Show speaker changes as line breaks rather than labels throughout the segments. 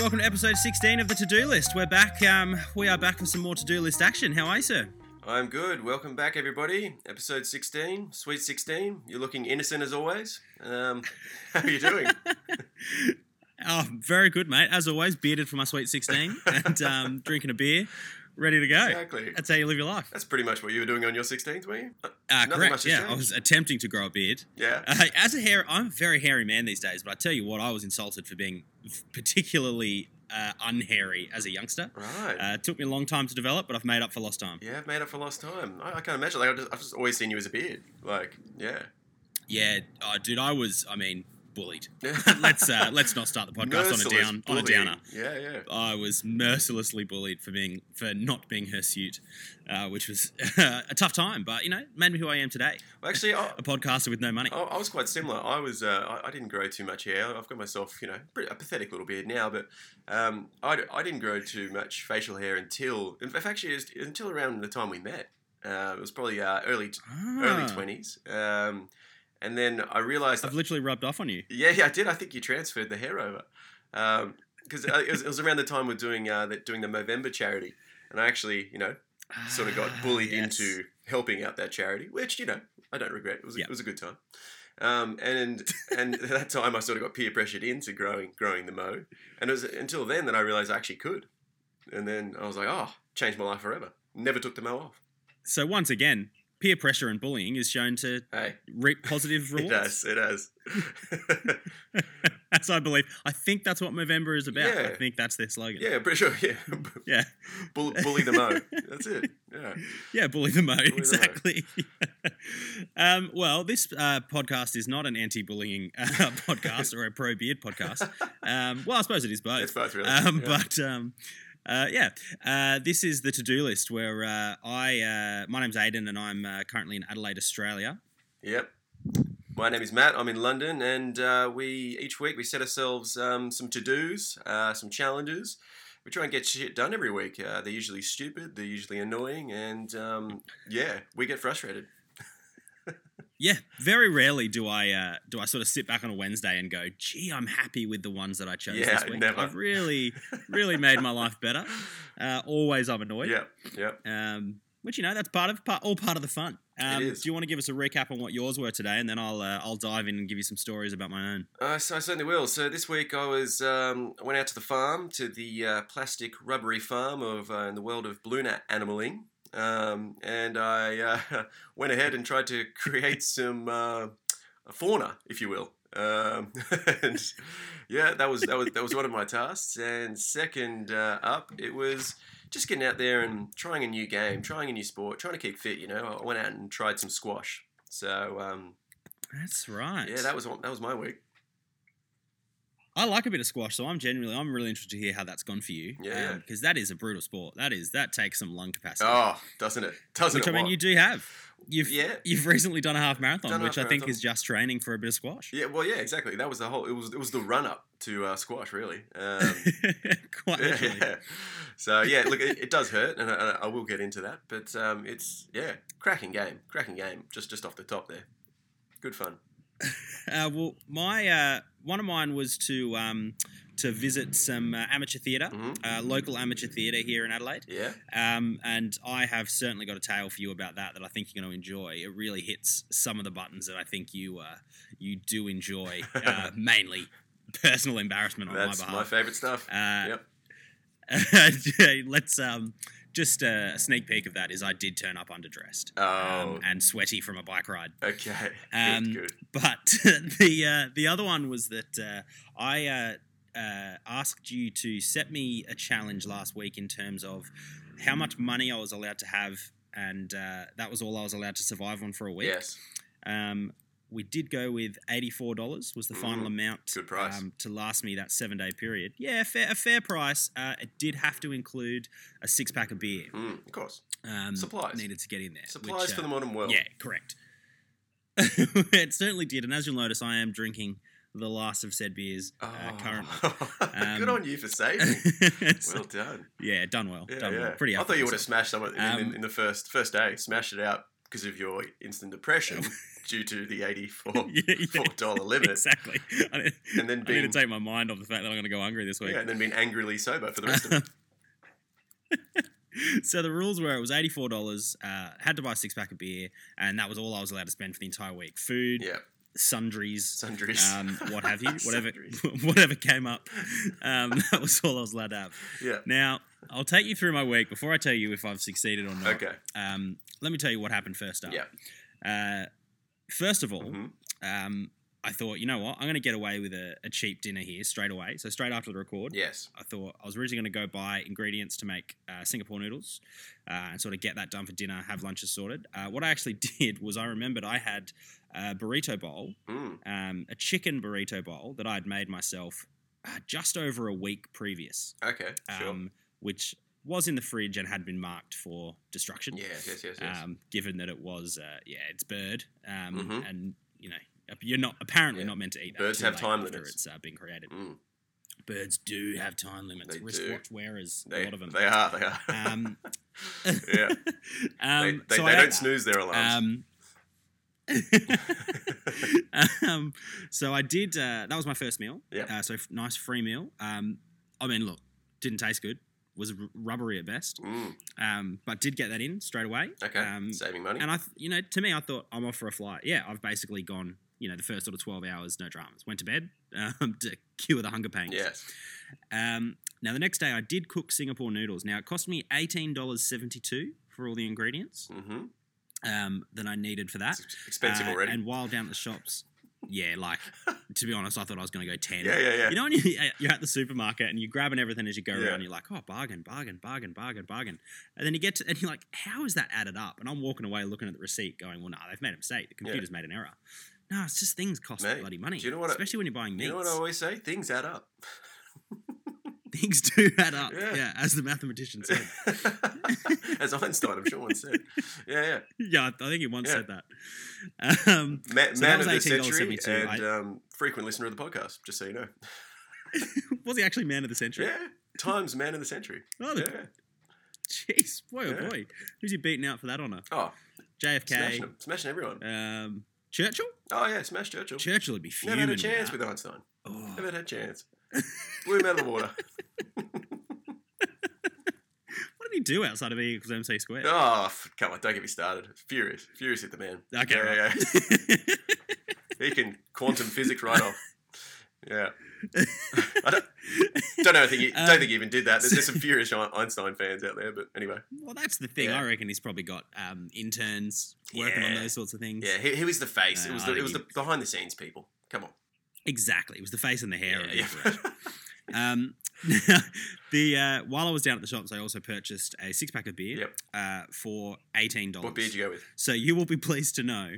welcome to episode 16 of the To Do List. We're back. Um, we are back for some more To Do List action. How are you, sir?
I'm good. Welcome back, everybody. Episode 16, Sweet 16. You're looking innocent as always. Um, how are you doing?
Oh, very good, mate. As always, bearded for my sweet 16 and um, drinking a beer, ready to go.
Exactly.
That's how you live your life.
That's pretty much what you were doing on your 16th, were you?
Uh,
Nothing much
correct.
has
Yeah, I
changed.
was attempting to grow a beard.
Yeah.
Uh, as a hair, I'm a very hairy man these days, but I tell you what, I was insulted for being particularly uh, unhairy as a youngster.
Right.
Uh, it took me a long time to develop, but I've made up for lost time.
yeah, I've made up for lost time. I, I can't imagine. Like, I've just, I've just always seen you as a beard. Like, yeah.
Yeah, uh, dude, I was. I mean, bullied. let's uh, let's not start the podcast on a
Merciless
down on a
bullying.
downer.
Yeah, yeah.
I was mercilessly bullied for being for not being her suit, uh, which was a tough time. But you know, made me who I am today,
Well, actually, I,
a podcaster with no money.
I, I was quite similar. I was uh, I, I didn't grow too much hair. I've got myself, you know, pretty, a pathetic little beard now, but um, I, d- I didn't grow too much facial hair until, in fact, actually, it was until around the time we met. Uh, it was probably uh, early early
Ah,
twenties, um, and then I realised,
I've literally rubbed off on you.
yeah, yeah, I did. I think you transferred the hair over because it, was, it was around the time we're doing uh, the, doing the Movember charity, and I actually, you know, sort of got
Ah,
bullied
yes.
into helping out that charity, which you know I don't regret. It was,
Yeah.
it was a good time. Um, and and at that time I sort of got peer pressured into growing growing the mo, and it was until then that I realised I actually could, and then I was like, oh, changed my life forever. Never took the mo off.
So once again, peer pressure and bullying is shown to
Hey,
reap positive
it
rewards.
has, it has.
As I believe, I think that's what Movember is about. I
Yeah.
think that's their slogan.
yeah, pretty sure. Yeah,
yeah,
Bull, bully the mo. That's it. Yeah.
Yeah, bully the mo.
Bully the mo.
exactly. um, well, this uh, podcast is not an anti-bullying uh, podcast or a pro beard podcast. Um, well, I suppose it is both.
It's both really.
Um,
yeah.
But um, uh, yeah, uh, this is the to-do list where uh, I, uh, my name's Aiden, and I'm uh, currently in Adelaide, Australia.
Yep. My name is Matt. I'm in London, and uh, we each week we set ourselves um, some to dos, uh, some challenges. We try and get shit done every week. Uh, they're usually stupid. They're usually annoying, and um, yeah, we get frustrated.
Yeah, very rarely do I uh, do I sort of sit back on a Wednesday and go, "Gee, I'm happy with the ones that I chose
Yeah,
this week.
never.
I've really, really made my life better." Uh, always, I'm annoyed.
Yep. Yep.
um, which you know that's part of part, all part of the fun. Um,
It is.
Do you want to give us a recap on what yours were today, and then I'll uh, I'll dive in and give you some stories about my own.
Uh, so I certainly will. So this week I was um, I went out to the farm to the uh, plastic rubbery farm of uh, in the world of Bluna animaling, um, and I uh, went ahead and tried to create some uh, fauna, if you will. Um, and yeah, that was that was that was one of my tasks. And second uh, up, it was just getting out there and trying a new game, trying a new sport, trying to keep fit. You know, I went out and tried some squash. So um,
That's right.
yeah, that was one- that was my week.
I like a bit of squash, so I'm genuinely I'm really interested to hear how that's gone for you.
Yeah.
because that is a brutal sport. That is that takes some lung capacity,
Oh, doesn't it? Doesn't
which
it?
I mean
Wyatt?
you do have. You've
yeah.
you've recently done a half marathon,
Done a
which
half
I think
marathon.
is just training for a bit of squash.
Yeah, well, yeah, exactly. That was the whole. It was it was the run up to uh, squash, really. Um,
Quite
yeah,
literally.
yeah. So yeah, look, it, it does hurt, and I, and I will get into that. But um, it's yeah, cracking game, cracking game. Just just off the top there, good fun.
Uh, well, my uh, one of mine was to um, to visit some uh, amateur theatre,
Mhm.
uh, local amateur theatre here in Adelaide.
Yeah,
Um, and I have certainly got a tale for you about that that I think you're going to enjoy. It really hits some of the buttons that I think you uh, you do enjoy, uh, mainly personal embarrassment on
that's
my
my,
behalf.
favorite stuff.
Uh,
yep.
let's um, just uh, a sneak peek of that is I did turn up underdressed
Oh,
um, and sweaty from a bike ride.
okay.
um,
good, good.
But the uh, the other one was that uh, I uh, uh, asked you to set me a challenge last week in terms of how much money I was allowed to have, and uh, that was all I was allowed to survive on for a week.
Yes,
Um, we did go with eighty four dollars was the final
Mm,
amount
good price.
Um, to last me that seven day period. Yeah, fair, a fair price. Uh, it did have to include a six pack of beer.
Mm, of course.
Um,
Supplies.
needed to get in there.
Supplies
which,
for
uh,
the modern world.
yeah, correct. it certainly did, and as you'll notice, I am drinking the last of said beers
Oh.
uh, currently.
good
Um,
on you for saving.
So,
well done.
yeah, done well.
Yeah,
done
yeah.
well. Pretty.
I
up
thought you
myself.
would have smashed someone in, in,
Um,
in the first first day. Smashed it out. because of your instant depression due to the eighty-four
Yeah, yeah.
four dollar limit,
Exactly. I need,
and then
I need
being
to take my mind off the fact that I'm going to go hungry this week.
yeah, and then being angrily sober for the rest of it.
so the rules were it was $84, uh, had to buy a six pack of beer, and that was all I was allowed to spend for the entire week. Food,
Yeah,
sundries,
sundries.
um, what have you, whatever,
Sundries.
whatever came up. Um, that was all I was allowed to have.
yeah.
Now, I'll take you through my week before I tell you if I've succeeded or not.
Okay.
Um, let me tell you what happened first up.
Yeah.
Uh, first of all,
hmm
um, I thought, you know what, I'm going to get away with a, a cheap dinner here straight away. So straight after the record,
Yes.
I thought I was originally going to go buy ingredients to make uh, Singapore noodles uh, and sort of get that done for dinner, have lunches sorted. Uh, what I actually did was I remembered I had a burrito bowl,
Mm.
um, a chicken burrito bowl that I had made myself uh, just over a week previous,
Okay. Sure.
um, which was in the fridge and had been marked for destruction.
yes. Yes. Yes. Yes.
Um, given that it was, uh, yeah, it's bird, um,
Mhm.
and you know you're not apparently
Yeah.
not meant to eat that.
Birds
till
have
late
time
after
limits.
It's uh, being created.
Mm.
Birds do have time limits.
They do.
Wristwatch wearers,
They,
a lot of them.
they are. They are.
Um,
yeah. They,
um,
they,
so I
they
ate
don't
that.
snooze their alarms.
Um, um, so I did. Uh, that was my first meal.
Yeah.
Uh, so f- nice free meal. Um, I mean, look, didn't taste good. Was r- rubbery at best.
Mm.
Um, but did get that in straight away.
Okay.
Um,
Saving money.
And I, th- you know, to me, I thought I'm off for a flight. Yeah, I've basically gone, you know, the first sort of 12 hours, no dramas. Went to bed um, to cure the hunger pangs.
yes.
Um, now the next day, I did cook Singapore noodles. Now it cost me eighteen dollars seventy two for all the ingredients
Mm-hmm.
um, that I needed for that.
It's ex- expensive
Uh,
already.
And while down at the shops, yeah, like to be honest, I thought I was going to go ten.
yeah. Yeah. Yeah.
You know when you, you're at the supermarket and you're grabbing everything as you go
Yeah.
around, you're like, oh, bargain, bargain, bargain, bargain, bargain. And then you get to, and you're like, how is that added up? And I'm walking away looking at the receipt going, well, nah, they've made a mistake. The computer's made an error. No, it's just things cost
Mate,
bloody money.
do you know what I-
Especially when you're buying meats.
You know what I always say? Things add up.
Things do add up.
Yeah.
yeah, as the mathematician said.
As Einstein, I'm sure once said. Yeah,
Yeah, I think he once
Yeah.
said that. Um,
yeah. Ma-
So that
man
was
of the century
$18.72,
and
right?
um, frequent listener of the podcast, just so you know.
was he actually man of the century?
Yeah. Times man of the century.
Oh,
Yeah.
the- jeez, boy, oh
Yeah.
boy. Who's he beating out for that honour?
Oh, smashing
JFK,
them. Smashing everyone.
um, Churchill.
Oh, yeah. Smash Churchill.
Churchill would be fuming.
Never had a
with
chance
that.
with Einstein.
Oh.
Never had a chance. Blew him out of the water.
What did he do outside of E equals MC squared?
Oh, f- come on. Don't get me started. Furious. Furious at the man.
Okay,
Yeah, yeah,
right.
yeah. He can quantum physics right off. Yeah. I don't, don't know. I think he,
Um,
don't think he even did that. There's, there's some furious Ein- Einstein fans out there, but anyway.
well, that's the thing.
Yeah.
I reckon he's probably got um, interns working on
Yeah.
those sorts of things.
Yeah, he, he was the face.
Uh,
it was
I
the,
think
it was the behind the scenes people. Come on.
Exactly. It was the face and the hair of the
Yeah,
operation.
yeah.
Um, the uh, while I was down at the shops, I also purchased a six pack of beer
Yep.
uh, for eighteen dollars.
what beer did you go with?
So you will be pleased to know,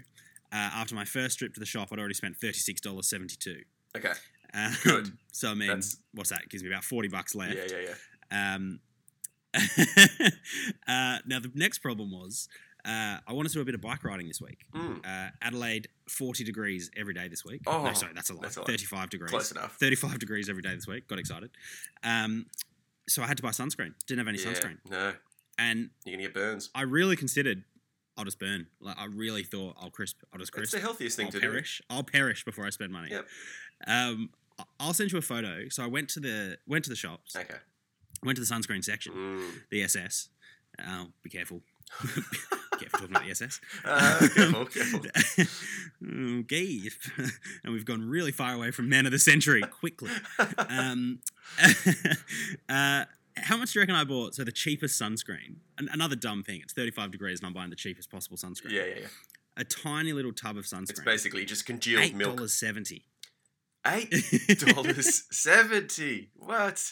uh, after my first trip to the shop, I'd already spent thirty six dollars seventy two.
Okay.
Um,
Good.
So I mean,
That's-
what's that? It gives me about forty bucks
Yeah,
left.
yeah, yeah.
Um, uh, now the next problem was uh, I wanted to do a bit of bike riding this week.
Mm,
Uh, Adelaide, forty degrees every day this week.
Oh,
no, sorry, that's a lie.
that's a lie.
Thirty-five degrees.
close enough.
35 degrees every day this week. Got excited. Um, so I had to buy sunscreen. Didn't have any
yeah.
sunscreen.
No,
And
you're gonna get burns.
I really considered I'll just burn. Like I really thought I'll crisp. I'll just
It's
crisp.
the healthiest thing
I'll
to
perish. I'll perish before I spend money.
Yep.
Um, I- I'll send you a photo. So I went to the went to the shops.
do. Okay.
Went to the sunscreen section.
Mm.
The SS. Oh, be careful. be careful talking about the SS.
Uh, careful, careful.
okay. Um, and we've gone really far away from man of the century quickly. um, uh, how much do you reckon I bought? So the cheapest sunscreen. An- another dumb thing. It's 35 degrees, and I'm buying the cheapest possible sunscreen.
yeah, yeah, yeah.
A tiny little tub of
It's
sunscreen.
basically just congealed
Eight
milk.
dollars seventy.
Eight dollars seventy. What?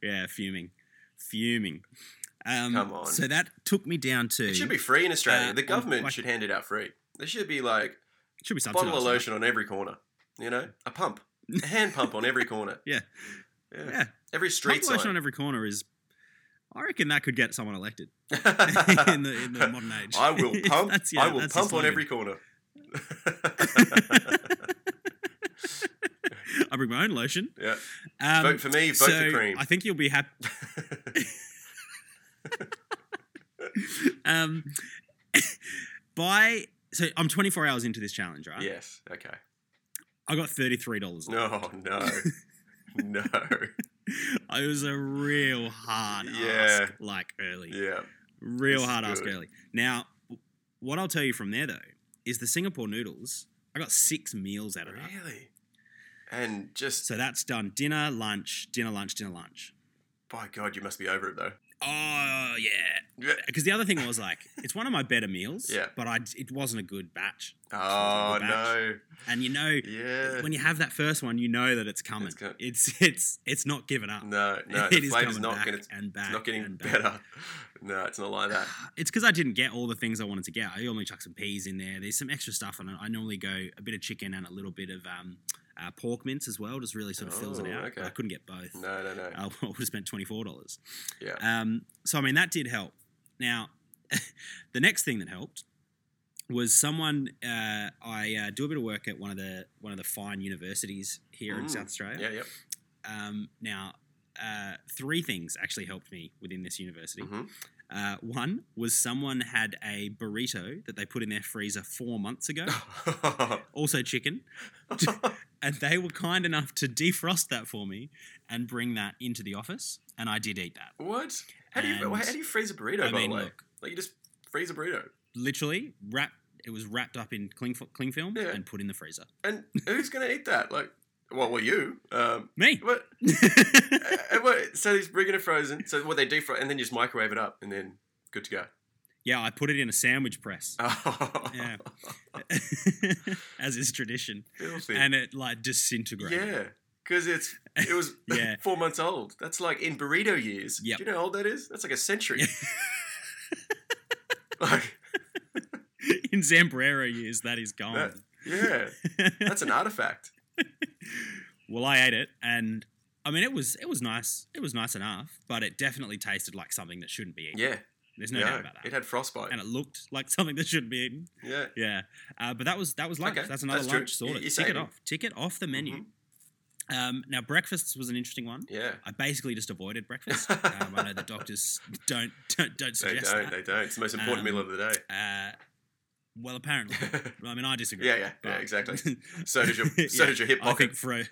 yeah, fuming, fuming. Um,
Come on.
So that took me down to.
It should be free in Australia.
Uh,
the
on-
government
like-
should hand it out free. There should be like
should be
a
subsidized.
bottle of
right?
lotion on every corner. You know, a pump, a hand pump on every corner.
Yeah.
yeah.
Yeah,
Every street
Pump lotion
sign.
on every corner is. I reckon that could get someone elected in the in the modern age.
I will
If
pump.
that's- yeah,
I will
that's the
pump on
slogan.
every corner.
I bring my own lotion.
yeah.
Um,
vote for me. Vote
so
for cream.
I think you'll be happy. um, by so I'm 24 hours into this challenge, right?
Yes. Okay.
I got $33 left.
No, no, no.
It was a real hard
Yeah.
ask, like early.
Yeah.
Real
This is
hard ask
good.
early. Now, what I'll tell you from there though is the Singapore noodles. I got six meals out of that.
Really? And just
So that's done dinner, lunch, dinner, lunch, dinner, lunch.
by God, you must be over it though.
Oh yeah.
Yeah.
Because the other thing was like, it's one of my better meals.
Yeah.
But I, it wasn't a good batch.
Oh
Sounds like a
no.
And you know,
Yeah.
when you have that first one, you know that it's coming.
It's
It's
co-
it's it's, not giving up.
No, no.
It
The
is
flavor's
coming
not
back
gonna. It's
and back.
not getting
and back.
better. No, it's not like that.
It's because I didn't get all the things I wanted to get. I normally chuck some peas in there. There's some extra stuff, and I normally go a bit of chicken and a little bit of um, uh, pork mince as well. Just really sort of fills it
Oh,
out.
okay.
But I couldn't get both.
No, no, no.
I would have spent twenty four dollars.
Yeah.
Um, so I mean that did help. Now, the next thing that helped was someone uh, I uh, do a bit of work at one of the one of the fine universities here in
Mm.
South Australia.
Yeah, yeah.
Um, now, uh, three things actually helped me within this university.
hmm
Uh, one was someone had a burrito that they put in their freezer four months ago, also chicken, and they were kind enough to defrost that for me and bring that into the office, and I did eat that.
what? How do you
And-
how do you freeze a burrito?
I
by
mean,
the way,
look,
like you just freeze a burrito.
literally wrapped. It was wrapped up in cling, f- cling film
Yeah.
and put in the freezer.
And who's gonna eat that? Like, well, well, you. Um,
Me.
what? uh, uh, what- so he's bringing it frozen. So what they defrost and then you just microwave it up and then good to go.
yeah, I put it in a sandwich press,
yeah.
Yeah. as is tradition,
Filthy.
and it like disintegrated.
yeah. Because it's it was
Yeah.
four months old. That's like in burrito years.
Yep.
Do you know how old that is? That's like a century. like,
in Zambrero years, that is gone.
yeah, that's an artifact.
well, I ate it, and I mean, it was it was nice. It was nice enough, but it definitely tasted like something that shouldn't be eaten.
Yeah,
There's no
yeah.
doubt about that.
It had frostbite.
and it looked like something that shouldn't be eaten.
yeah,
Yeah, uh, but that was that was lunch.
Okay,
That's another
that's true.
lunch sorted.
You- you
Tick
saved
it
it.
off. Tick it off the menu.
Mhm.
Um, now breakfast was an interesting one.
yeah.
I basically just avoided breakfast. um, I know the doctors don't don't, don't
They
suggest
don't.
that.
They don't. It's the most important
Um,
meal of the day.
Uh, well, apparently, Well, I mean, I disagree.
yeah, yeah, yeah.
but-
Exactly. So does your so
Yeah,
does your hip
I think
pocket.
fro.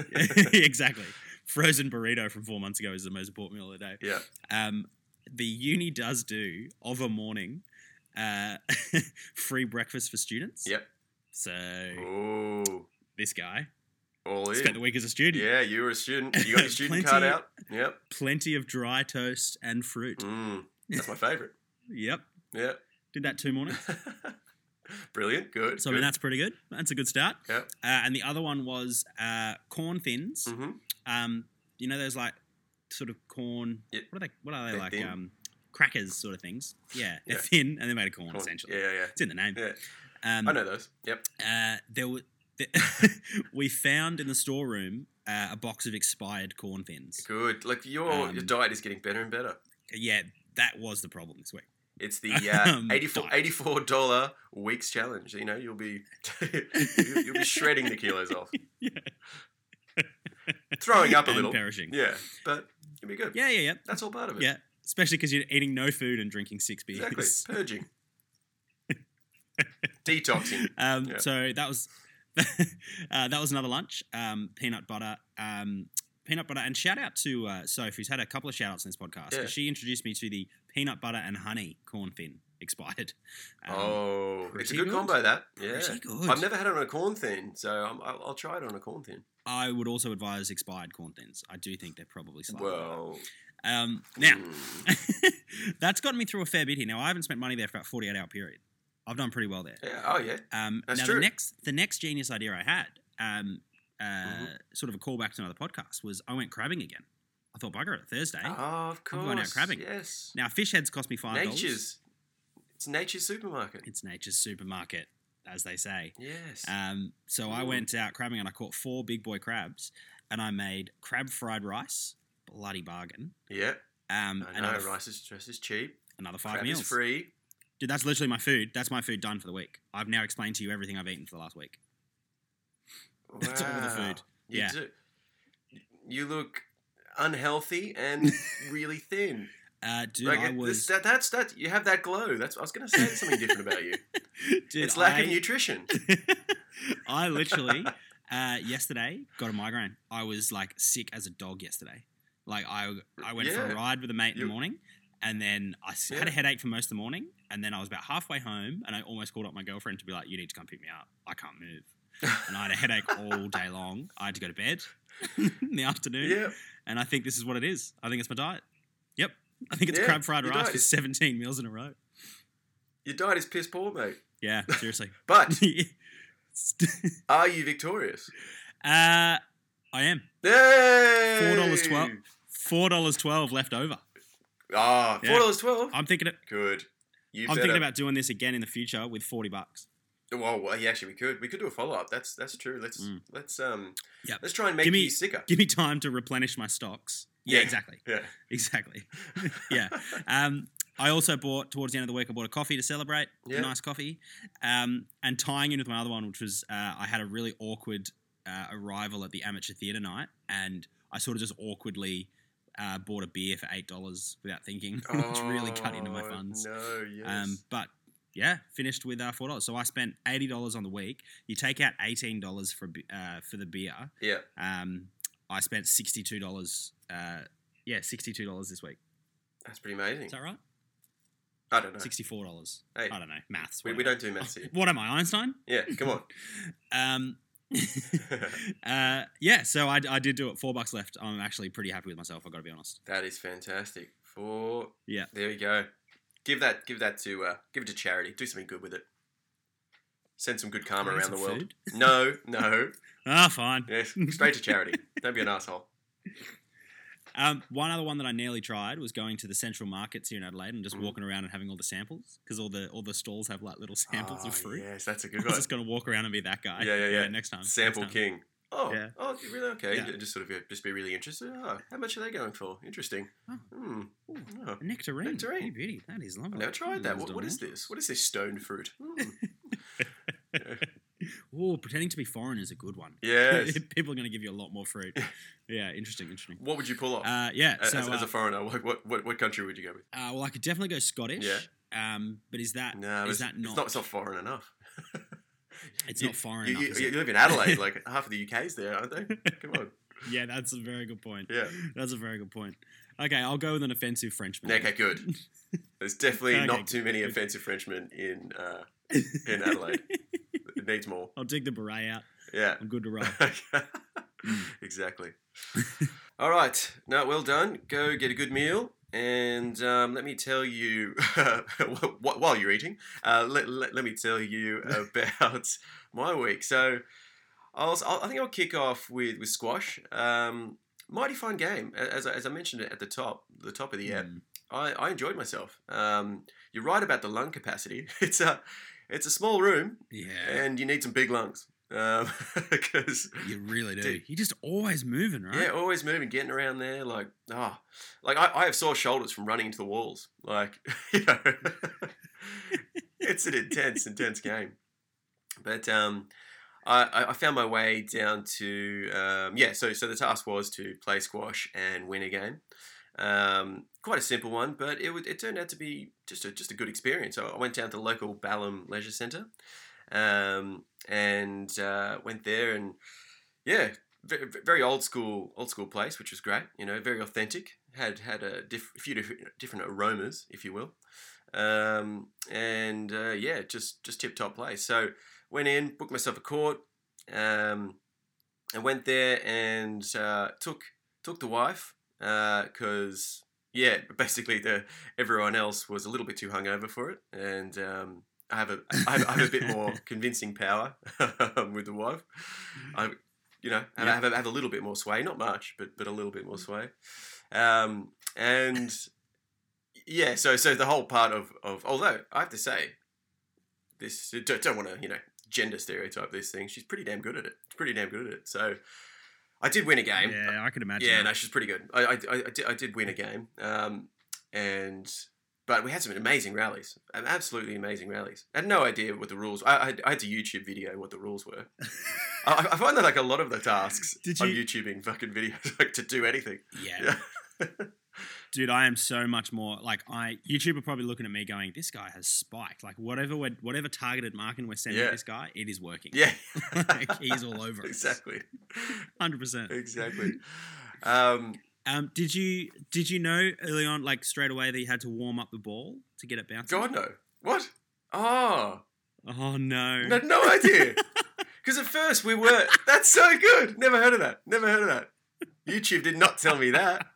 exactly. Frozen burrito from four months ago is the most important meal of the day.
yeah.
Um, the uni does do of a morning uh, free breakfast for students.
Yep.
So
Oh,
this guy
all
spent the
in.
week as a student.
Yeah, you were a student. You got your student card
Plenty.
out. Yep.
Plenty of dry toast and fruit.
Mm, that's my favorite.
Yep.
Yeah.
Did that two mornings.
Brilliant. Good.
So I mean that's pretty good. That's a good start.
Yeah.
Uh, and the other one was uh, corn thins.
hmm
Um, you know those like sort of corn.
Yeah.
What are they? What are they
They're
like?
thin.
Um, crackers sort of things. Yeah, they're
Yeah.
thin and they're made of corn, essentially.
Yeah, yeah.
It's in the name.
Yeah.
Um,
I know those. Yep.
Uh, there were. th- we found in the storeroom uh, a box of expired corn thins.
Good. Like your your
Um,
diet is getting better and better.
Yeah, that was the problem this week.
It's the uh,
Um,
84
diet.
eighty-four dollar weeks challenge. You know, you'll be you- you'll be shredding the kilos off,
Yeah.
throwing up a
And
little.
perishing.
Yeah, but you'll be good.
Yeah, yeah, yeah.
That's all part of it.
Yeah. Especially because you're eating no food and drinking six beers.
Exactly. Purging. Detoxing.
Um,
Yeah.
So that was uh, that was another lunch. Um, peanut butter, um, peanut butter, and shout out to uh, Soph, who's had a couple of shout outs in this podcast. 'cause
Yeah.
She introduced me to the peanut butter and honey corn fin expired. Um,
oh, it's a
pretty
good,
good.
combo that. Yeah.
pretty good.
I've never had it on a corn thin, so I'm, I'll, I'll try it on a corn thin.
I would also advise expired corn thins. I do think they're probably slightly. better.
Well,
um, now
mm,
that's gotten me through a fair bit here. Now I haven't spent money there for about forty eight hour period. I've done pretty well there.
yeah. Oh, yeah.
Um,
That's
now
true.
the next the next genius idea I had, um, uh,
Mm-hmm.
sort of a callback to another podcast, was I went crabbing again. I thought bugger it Thursday.
Oh, of
I'm
course.
going out crabbing.
Yes.
Now fish heads cost me five dollars.
Nature's. It's Nature's supermarket.
It's nature's supermarket, as they say.
Yes. Mm.
Um, so I
Ooh.
went out crabbing and I caught four big boy crabs, and I made crab fried rice, bloody bargain.
yeah.
Um,
I know.
another,
Rice is dress is cheap.
another five
Crab
meals.
is free.
Dude, that's literally my food. That's my food done for the week. I've now explained to you everything I've eaten for the last week. That's all the
Wow.
food.
You
Yeah.
do- You look unhealthy and really thin.
Uh, dude,
Like
I
it-
was.
this, that, that's that. You have that glow. That's I was going to say something different about you.
dude,
it's lack of
I-
nutrition.
I literally uh, yesterday got a migraine. I was like sick as a dog yesterday. Like I I went for
Yeah.
a ride with a mate in the
You-
morning, and then I s- had a
Yeah.
headache for most of the morning, and then I was about halfway home, and I almost called up my girlfriend to be like, "You need to come pick me up. I can't move." And I had a headache all day long. I had to go to bed in the afternoon,
yeah,
and I think this is what it is. I think it's my diet. Yep, I think it's
Yeah,
crab fried
your
rice
diet
with
is-
seventeen meals in a row.
your diet is piss poor, mate.
Yeah, seriously.
But
uh,
are you victorious?
I am.
Yay!
$4.12. Four dollars twelve left over.
Ah,
Yeah.
four dollars twelve.
I'm thinking.
Good. You
I'm
better.
thinking about doing this again in the future with forty bucks.
Well, well, yeah, actually, we could. We could do a follow up. That's that's true. Let's
Mm.
let's um.
Yep.
Let's try and make
Gimme-
you sicker.
Give me time to replenish my stocks. Yeah,
Yeah.
exactly,
Yeah.
exactly. Yeah. Um, I also bought towards the end of the week. I bought a coffee to celebrate.
Yeah.
Nice coffee. Um, and tying in with my other one, which was uh, I had a really awkward uh, arrival at the amateur theatre night, and I sort of just awkwardly uh, bought a beer for eight dollars without thinking, which really cut into my
Oh,
funds.
No. Yes.
Um, but yeah, finished with uh, four dollars. So I spent eighty dollars on the week. You take out eighteen dollars for be- uh, for the beer.
yeah.
Um, I spent sixty two dollars. Uh, yeah, sixty two dollars this week.
That's pretty amazing.
Is that right?
I don't know.
Sixty four dollars.
Hey,
I don't know maths.
we,
what
we
am
don't do
I?
maths here.
What am I, Einstein?
Yeah. Come on.
Um, uh, yeah, so I, I did do it. Four bucks left. I'm actually pretty happy with myself. I got to be honest.
that is fantastic. Four.
Yeah.
There we go. Give that. Give that to. Uh, give it to charity. Do something good with it. Send some good karma
Donate
around
some
the world.
food?
No. No.
Ah, fine.
Yes. Straight to charity. Don't be an asshole.
Um, one other one that I nearly tried was going to the central markets here in Adelaide and just
Mm.
walking around and having all the samples because all the all the stalls have like little samples
Ah,
of fruit.
Yes, that's a
I
good
was
one.
just gonna walk around and be that guy.
Yeah, yeah, yeah.
next time.
Sample
next time.
King. Oh,
Yeah.
oh, you really? Okay.
Yeah.
You Just sort of uh, just be really interested. Oh, how much are they going for? Interesting.
Oh.
Hmm.
Ooh,
Oh,
a nectarine.
Nectarine.
Oh, beauty. That is
I've
lovely.
never tried that.
Those
What, what is
donuts.
this? What is this stone fruit? Hmm.
Ooh, pretending to be foreign is a good one.
yes.
People are gonna give you a lot more fruit. yeah, interesting, interesting.
What would you pull off
Uh, yeah.
as,
so,
as, as
uh,
a foreigner? What, what what what country would you go with?
uh, well, I could definitely go Scottish.
Yeah.
Um, but is that
No,
is
it's,
that
It's
not?
not, it's not foreign enough.
It's
you-
not foreign.
You,
enough,
you,
is
you
it?
live in Adelaide. like half of the UK's there, aren't they? Come on.
Yeah, that's a very good point.
Yeah.
That's a very good point. Okay, I'll go with an offensive Frenchman.
Okay, good. There's definitely
Okay,
not too many
good.
offensive Frenchmen in uh, in Adelaide. it needs more.
I'll dig the beret out.
Yeah.
I'm good to roll.
exactly. All right. No, well done. Go get a good meal. And um, let me tell you, wh- while you're eating, uh, let, let, let me tell you about my week. So I'll, s- I'll, I think I'll kick off with, with squash. Um, mighty fun game. A- As, I- as I mentioned at the top, the top of the app,
Mm.
I, I enjoyed myself. Um, you're right about the lung capacity. It's a, it's a small room
Yeah,
and you need some big lungs. um, Because
you really do.
Dude.
You're just always moving,
Yeah,
right?
always moving, getting around there. Like, ah, like I, I have sore shoulders from running into the walls. Like, you know, it's an intense, intense game. But um, I, I- I found my way down to um, yeah. So, so the task was to play squash and win a game. Um, quite a simple one, but it, wa- it turned out to be just a, just a good experience. I I went down to the local Ballam Leisure Centre um, and uh, went there and yeah, ve- ve- very old school old school place, which was great. You know, very authentic. Had had a diff- few different different aromas, if you will. Um, and uh, yeah, just just tip top place. So went in, booked myself a court, um, and went there and uh, took took the wife because yeah, basically the everyone else was a little bit too hungover for it, and um, I have a I have, I have a bit more convincing power with the wife. I, you know, have,
Yeah.
have, have a little bit more sway, not much, but but a little bit more sway, um, and yeah. So so the whole part of of although I have to say, this don't, don't want to you know gender stereotype this thing. She's pretty damn good at it. Pretty damn good at it. So I did win a game.
Yeah, I can imagine.
Yeah,
that.
no, she's pretty good. I, I, I, I did, I did win a game, um, and but we had some amazing rallies, um, absolutely amazing rallies. I had no idea what the rules. I, I, had- I had to YouTube video what the rules were. I, I find that like a lot of the tasks
Did
I'm
you-
YouTubing fucking videos like to do anything.
yeah.
Yeah.
dude i am so much more like i youtube are probably looking at me going this guy has spiked like whatever we're, whatever targeted marketing we're sending
Yeah.
this guy it is working
Yeah,
like, he's all over us.
exactly,
100%
exactly. Um,
um, did you did you know early on like straight away that you had to warm up the ball to get it bouncing
God no, what? Oh,
oh no,
no, no idea. Because at first we were. That's so good. Never heard of that. Never heard of that. YouTube did not tell me that.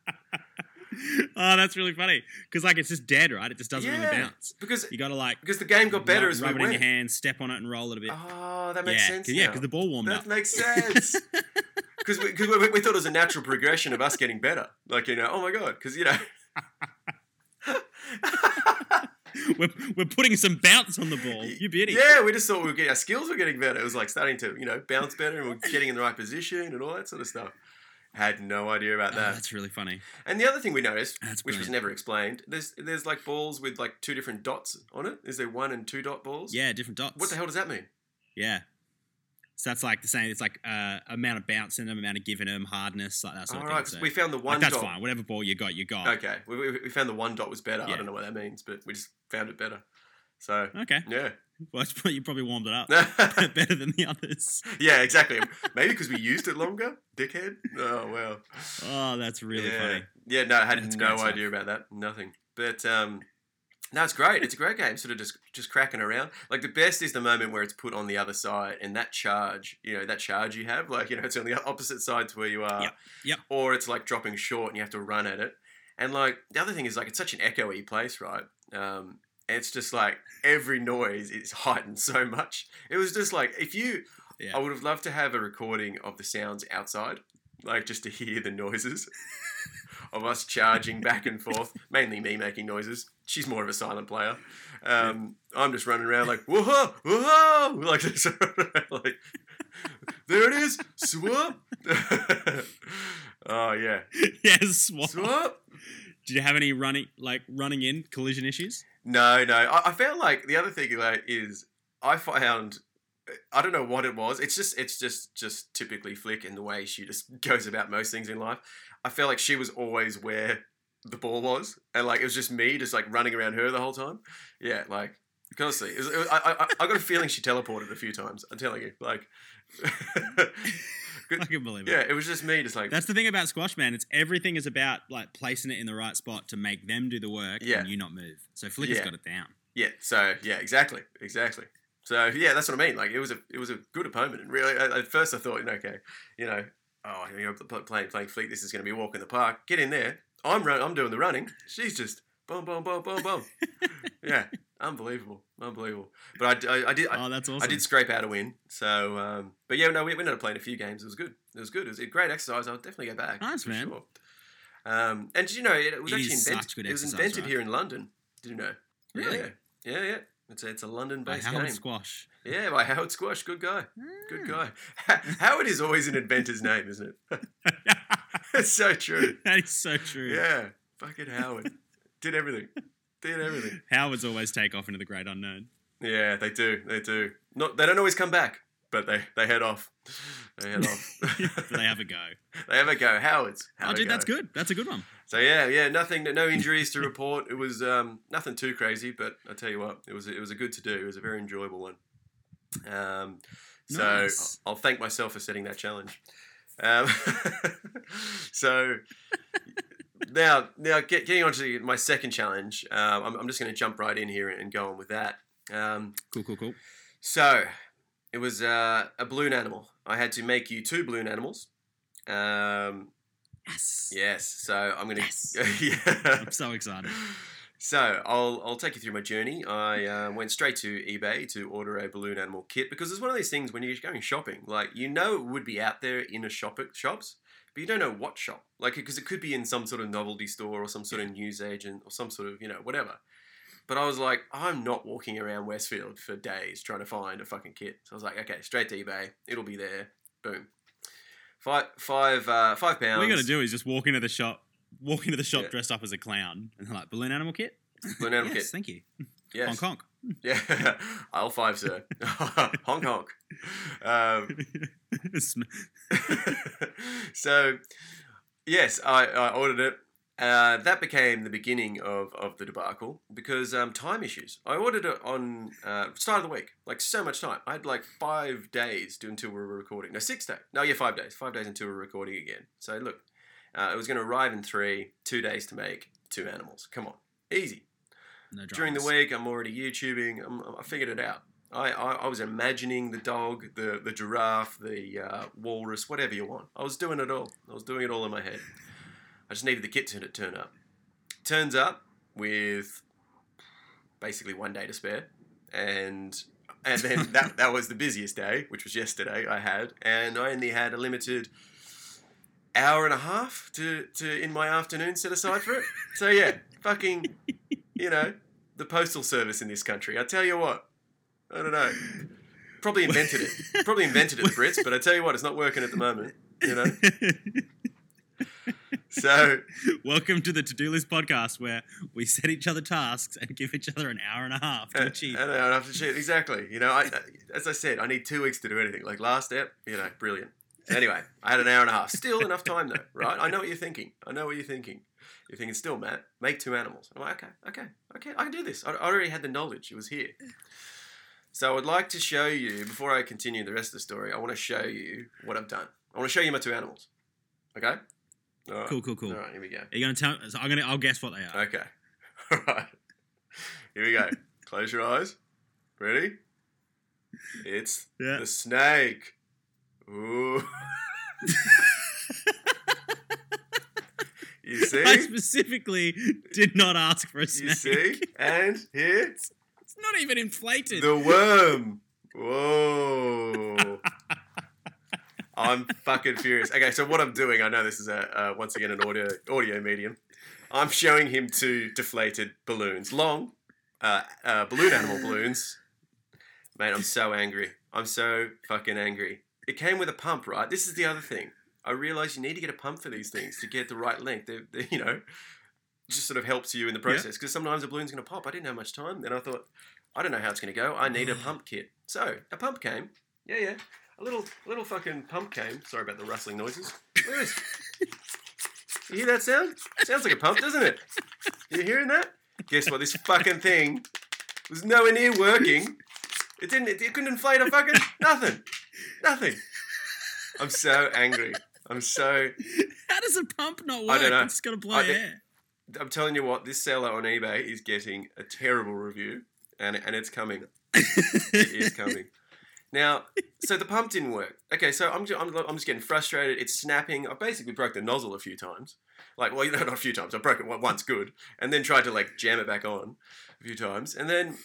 oh that's really funny because like it's just dead right it just doesn't really
Yeah.
bounce
Because
you gotta like
because the game got better
rub,
as we
rub it in your
went.
hand step on it and roll it a bit
Oh, that makes
yeah,
sense.
'cause- yeah
now.
because the ball warmed
that
up
makes sense. Because we, 'cause we, we thought it was a natural progression of us getting better. Like, you know, oh my God, because, you know.
we're, we're putting some bounce on the ball you beauty
Yeah, we just thought we were getting, our skills were getting better. It was like starting to, you know, bounce better and we're getting in the right position and all that sort of stuff. Had no idea about
Oh,
that.
that's really funny
And the other thing we noticed,
that's
which was
brilliant.
never explained, there's there's like balls with like two different dots on it. Is there one and two dot balls?
yeah different dots
What the hell does that mean?
Yeah. So that's like the same. It's like uh, amount of bounce in them, amount of giving them, hardness, like that
All
sort
right,
of thing. So,
'cause we found the
like,
one
that's
dot.
fine. Whatever ball you got, you got.
Okay, we, we, we found the one dot was better. I
Yeah.
don't know what that means, but we just found it better. So
Okay.
yeah,
Well, it's, you probably warmed it up better than the others.
yeah, exactly. Maybe because we used it longer, dickhead. Oh well.
Oh, that's really
yeah.
funny. Mm,
Yeah, no, I had
That's
no
great stuff.
idea about that. Nothing. But um, no, it's great. It's a great game. Sort of just just cracking around. Like the best is the moment where it's put on the other side, and that charge, you know, that charge you have, like you know, it's on the opposite side to where you are.
Yep, yep.
Or it's like dropping short, and you have to run at it. And like the other thing is like it's such an echoey place, right? Um, and it's just like every noise is heightened so much. It was just like if you,
Yeah.
I would have loved to have a recording of the sounds outside, like just to hear the noises of us charging back and forth. Mainly me making noises. She's more of a silent player. Um, I'm just running around like whoa, whoa, like this, like there it is, swoop. oh yeah,
yes. Swap.
swoop.
Did you have any running, like running in collision issues?
No, no. I, I found like the other thing like is I found I don't know what it was. It's just it's just just typically Flick and the way she just goes about most things in life. I felt like she was always where the ball was, and like it was just me just like running around her the whole time. Yeah, like honestly, it was, it was- I, I I got a feeling she teleported a few times. I'm telling you, like
I can believe it.
yeah, it was just me just like
That's the thing about squash, man. It's everything is about like placing it in the right spot to make them do the work
Yeah.
and you not move. So Flicker's
Yeah.
got it down.
Yeah. So yeah, exactly, exactly. So yeah, that's what I mean. Like it was a it was a good opponent, and really at at first I thought, you know, okay, you know, oh, you know, pl- playing playing Fleet, this is going to be a walk in the park. Get in there. I'm run, I'm doing the running. She's just boom, boom, boom, boom, boom. yeah, unbelievable, unbelievable. But I d- I, I did. I,
Oh, that's awesome.
I did scrape out a win, so um, but yeah, no, we, we ended up playing a few games. It was good. It was good. It was a great exercise. I'll definitely go back.
Nice,
for
man.
Sure. Um, and did you know it, was
It
actually
is
invented?
such good
it was
exercise,
invented
right?
here in London. Did you know?
Really?
Yeah, yeah, yeah. It's a, it's a
By
London-based
Howard
game.
Squash.
yeah, by Howard Squash. Good guy. Good
Ah.
guy. Howard is always an inventor's name, isn't it? it's so true.
that is so true.
Yeah, fucking Howard did everything. Did everything.
Howards always take off into the great unknown.
Yeah, they do. They do. Not they don't always come back, but they they head off. They head off.
they have a go.
they have a go. Howard's. Have
oh,
a
dude, that's
go.
good. That's a good one.
So yeah, yeah, nothing, no injuries to report. It was um, nothing too crazy, but I tell you what, it was it was a good to do. It was a very enjoyable one. Um, so
Nice.
I'll, I'll thank myself for setting that challenge. Um, so now, now get, getting on to my second challenge, um, I'm, I'm just going to jump right in here and go on with that. Um,
Cool, cool, cool.
so it was uh, a balloon animal. I had to make you two balloon animals. Um,
Yes.
yes, so I'm going to.
Yes.
yeah.
I'm so excited.
So I'll, I'll take you through my journey. I uh, went straight to eBay to order a balloon animal kit because it's one of these things when you're going shopping, like you know it would be out there in a shop shops, but you don't know what shop, like because it could be in some sort of novelty store or some sort of news agent or some sort of you know whatever. But I was like, I'm not walking around Westfield for days trying to find a fucking kit. So I was like, okay, straight to eBay. It'll be there. Boom. Five, five, uh, five pounds.
What you got to do is just walk into the shop, walk into the shop
Yeah.
dressed up as a clown, and they're like, balloon animal kit?
Balloon animal
yes,
kit.
thank you.
Yes.
Hong Kong.
Yeah, aisle five, sir. honk honk. Um,
Sm-
so, yes, I, I ordered it. Uh, that became the beginning of, of the debacle because um, time issues. I ordered it on uh, start of the week, like so much time. I had like five days to, until we were recording. No, six days. No, yeah, five days. Five days until we were recording again. So look, uh, it was going to arrive in three, two days to make, two animals. Come on, easy.
No
During the
dramas.
week, I'm already YouTubing. I'm, I figured it out. I, I, I was imagining the dog, the, the giraffe, the uh, walrus, whatever you want. I was doing it all. I was doing it all in my head. I just needed the kitten to turn up. Turns up with basically one day to spare, and and then that that was the busiest day, which was yesterday. I had, and I only had a limited hour and a half to to in my afternoon set aside for it. So yeah, fucking, you know, the postal service in this country. I tell you what, I don't know. Probably invented it. Probably invented it, the Brits. But I tell you what, it's not working at the moment. You know, so.
Welcome to the To Do List podcast, where we set each other tasks and give each other an hour and a half to
And-
achieve.
And I have to cheat. Exactly. You know, I, as I said, I need two weeks to do anything. Like last step, you know, brilliant. Anyway, I had an hour and a half. Still enough time though, right? I know what you're thinking. I know what you're thinking. You're thinking, still, Matt, make two animals. I'm like, okay, okay, okay, I can do this. I, I already had the knowledge. It was here. So I would like to show you, before I continue the rest of the story, I want to show you what I've done. I want to show you my two animals. Okay? All right.
Cool, cool, cool.
All right, here we go.
Are you gonna tell? So I'm gonna. I'll guess what they are.
Okay. All right. Here we go. Close your eyes. Ready? It's
Yeah.
the snake. Ooh. you
I
see?
specifically did not ask for a snake.
You see? And here,
It's not even inflated.
the worm. Whoa. I'm fucking furious. Okay, so what I'm doing, I know this is a uh, once again an audio audio medium. I'm showing him two deflated balloons, long uh, uh, balloon animal balloons. Mate, I'm so angry. I'm so fucking angry. It came with a pump, right? This is the other thing. I realize you need to get a pump for these things to get the right length. They, they- you know, just sort of helps you in the process because sometimes a balloon's going to pop. I didn't have much time, and I thought, I don't know how it's going to go. I need a pump kit. So a pump came. Yeah, yeah. A little, little fucking pump came. Sorry about the rustling noises. Look at this. You hear that sound? Sounds like a pump, doesn't it? You hearing that? Guess what? This fucking thing was nowhere near working. It didn't. It, it couldn't inflate a fucking nothing. Nothing. I'm so angry. I'm so
How does a pump not
I
work?
don't know.
It's gonna blow
I think-
air.
I'm telling you what, this seller on eBay is getting a terrible review, and and it's coming. It is coming. Now, so the pump didn't work. Okay, so I'm just, I'm, I'm just getting frustrated. It's snapping. I basically broke the nozzle a few times. Like, well, you know, not a few times. I broke it on- once, good, and then tried to like jam it back on a few times, and then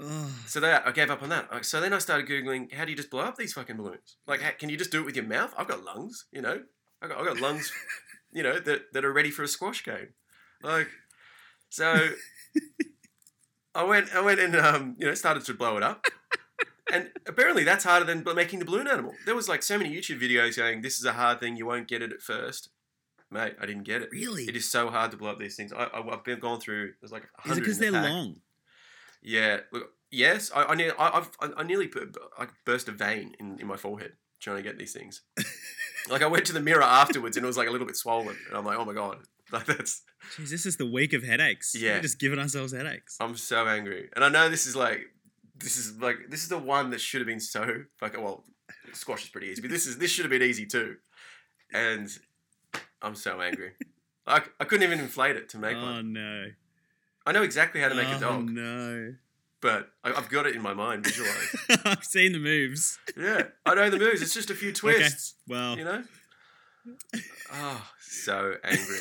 Ugh.
so that I gave up on that. Like, So then I started googling, how do you just blow up these fucking balloons? Like, how, can you just do it with your mouth? I've got lungs, you know. I got, I got lungs, you know, that, that are ready for a squash game. Like, so I went, I went and um, you know, started to blow it up. And apparently that's harder than making the balloon animal. There was like so many YouTube videos saying this is a hard thing. You won't get it at first, mate. I didn't get it.
really?
It is so hard to blow up these things. I, I, I've been going through. There's like a
Is it
hundred
because
in the
they're
pack.
long?
Yeah. Look, yes, I, I, near, I, I've, I, I nearly put, I burst a vein in, in my forehead trying to get these things. like I went to the mirror afterwards and it was like a little bit swollen, and I'm like, oh my god, like that's
Jeez, this is the week of headaches.
Yeah.
We're just giving ourselves headaches.
I'm so angry, and I know this is like, this is like, this is the one that should have been so like, well, squash is pretty easy, but this is this should have been easy too, and I'm so angry. Like I couldn't even inflate it to make
oh
one.
no!
I know exactly how to make
oh,
a dog,
no!
but I, I've got it in my mind visualized.
I've seen the moves.
Yeah, I know the moves. It's just a few twists,
Well,
you know. Oh, so angry.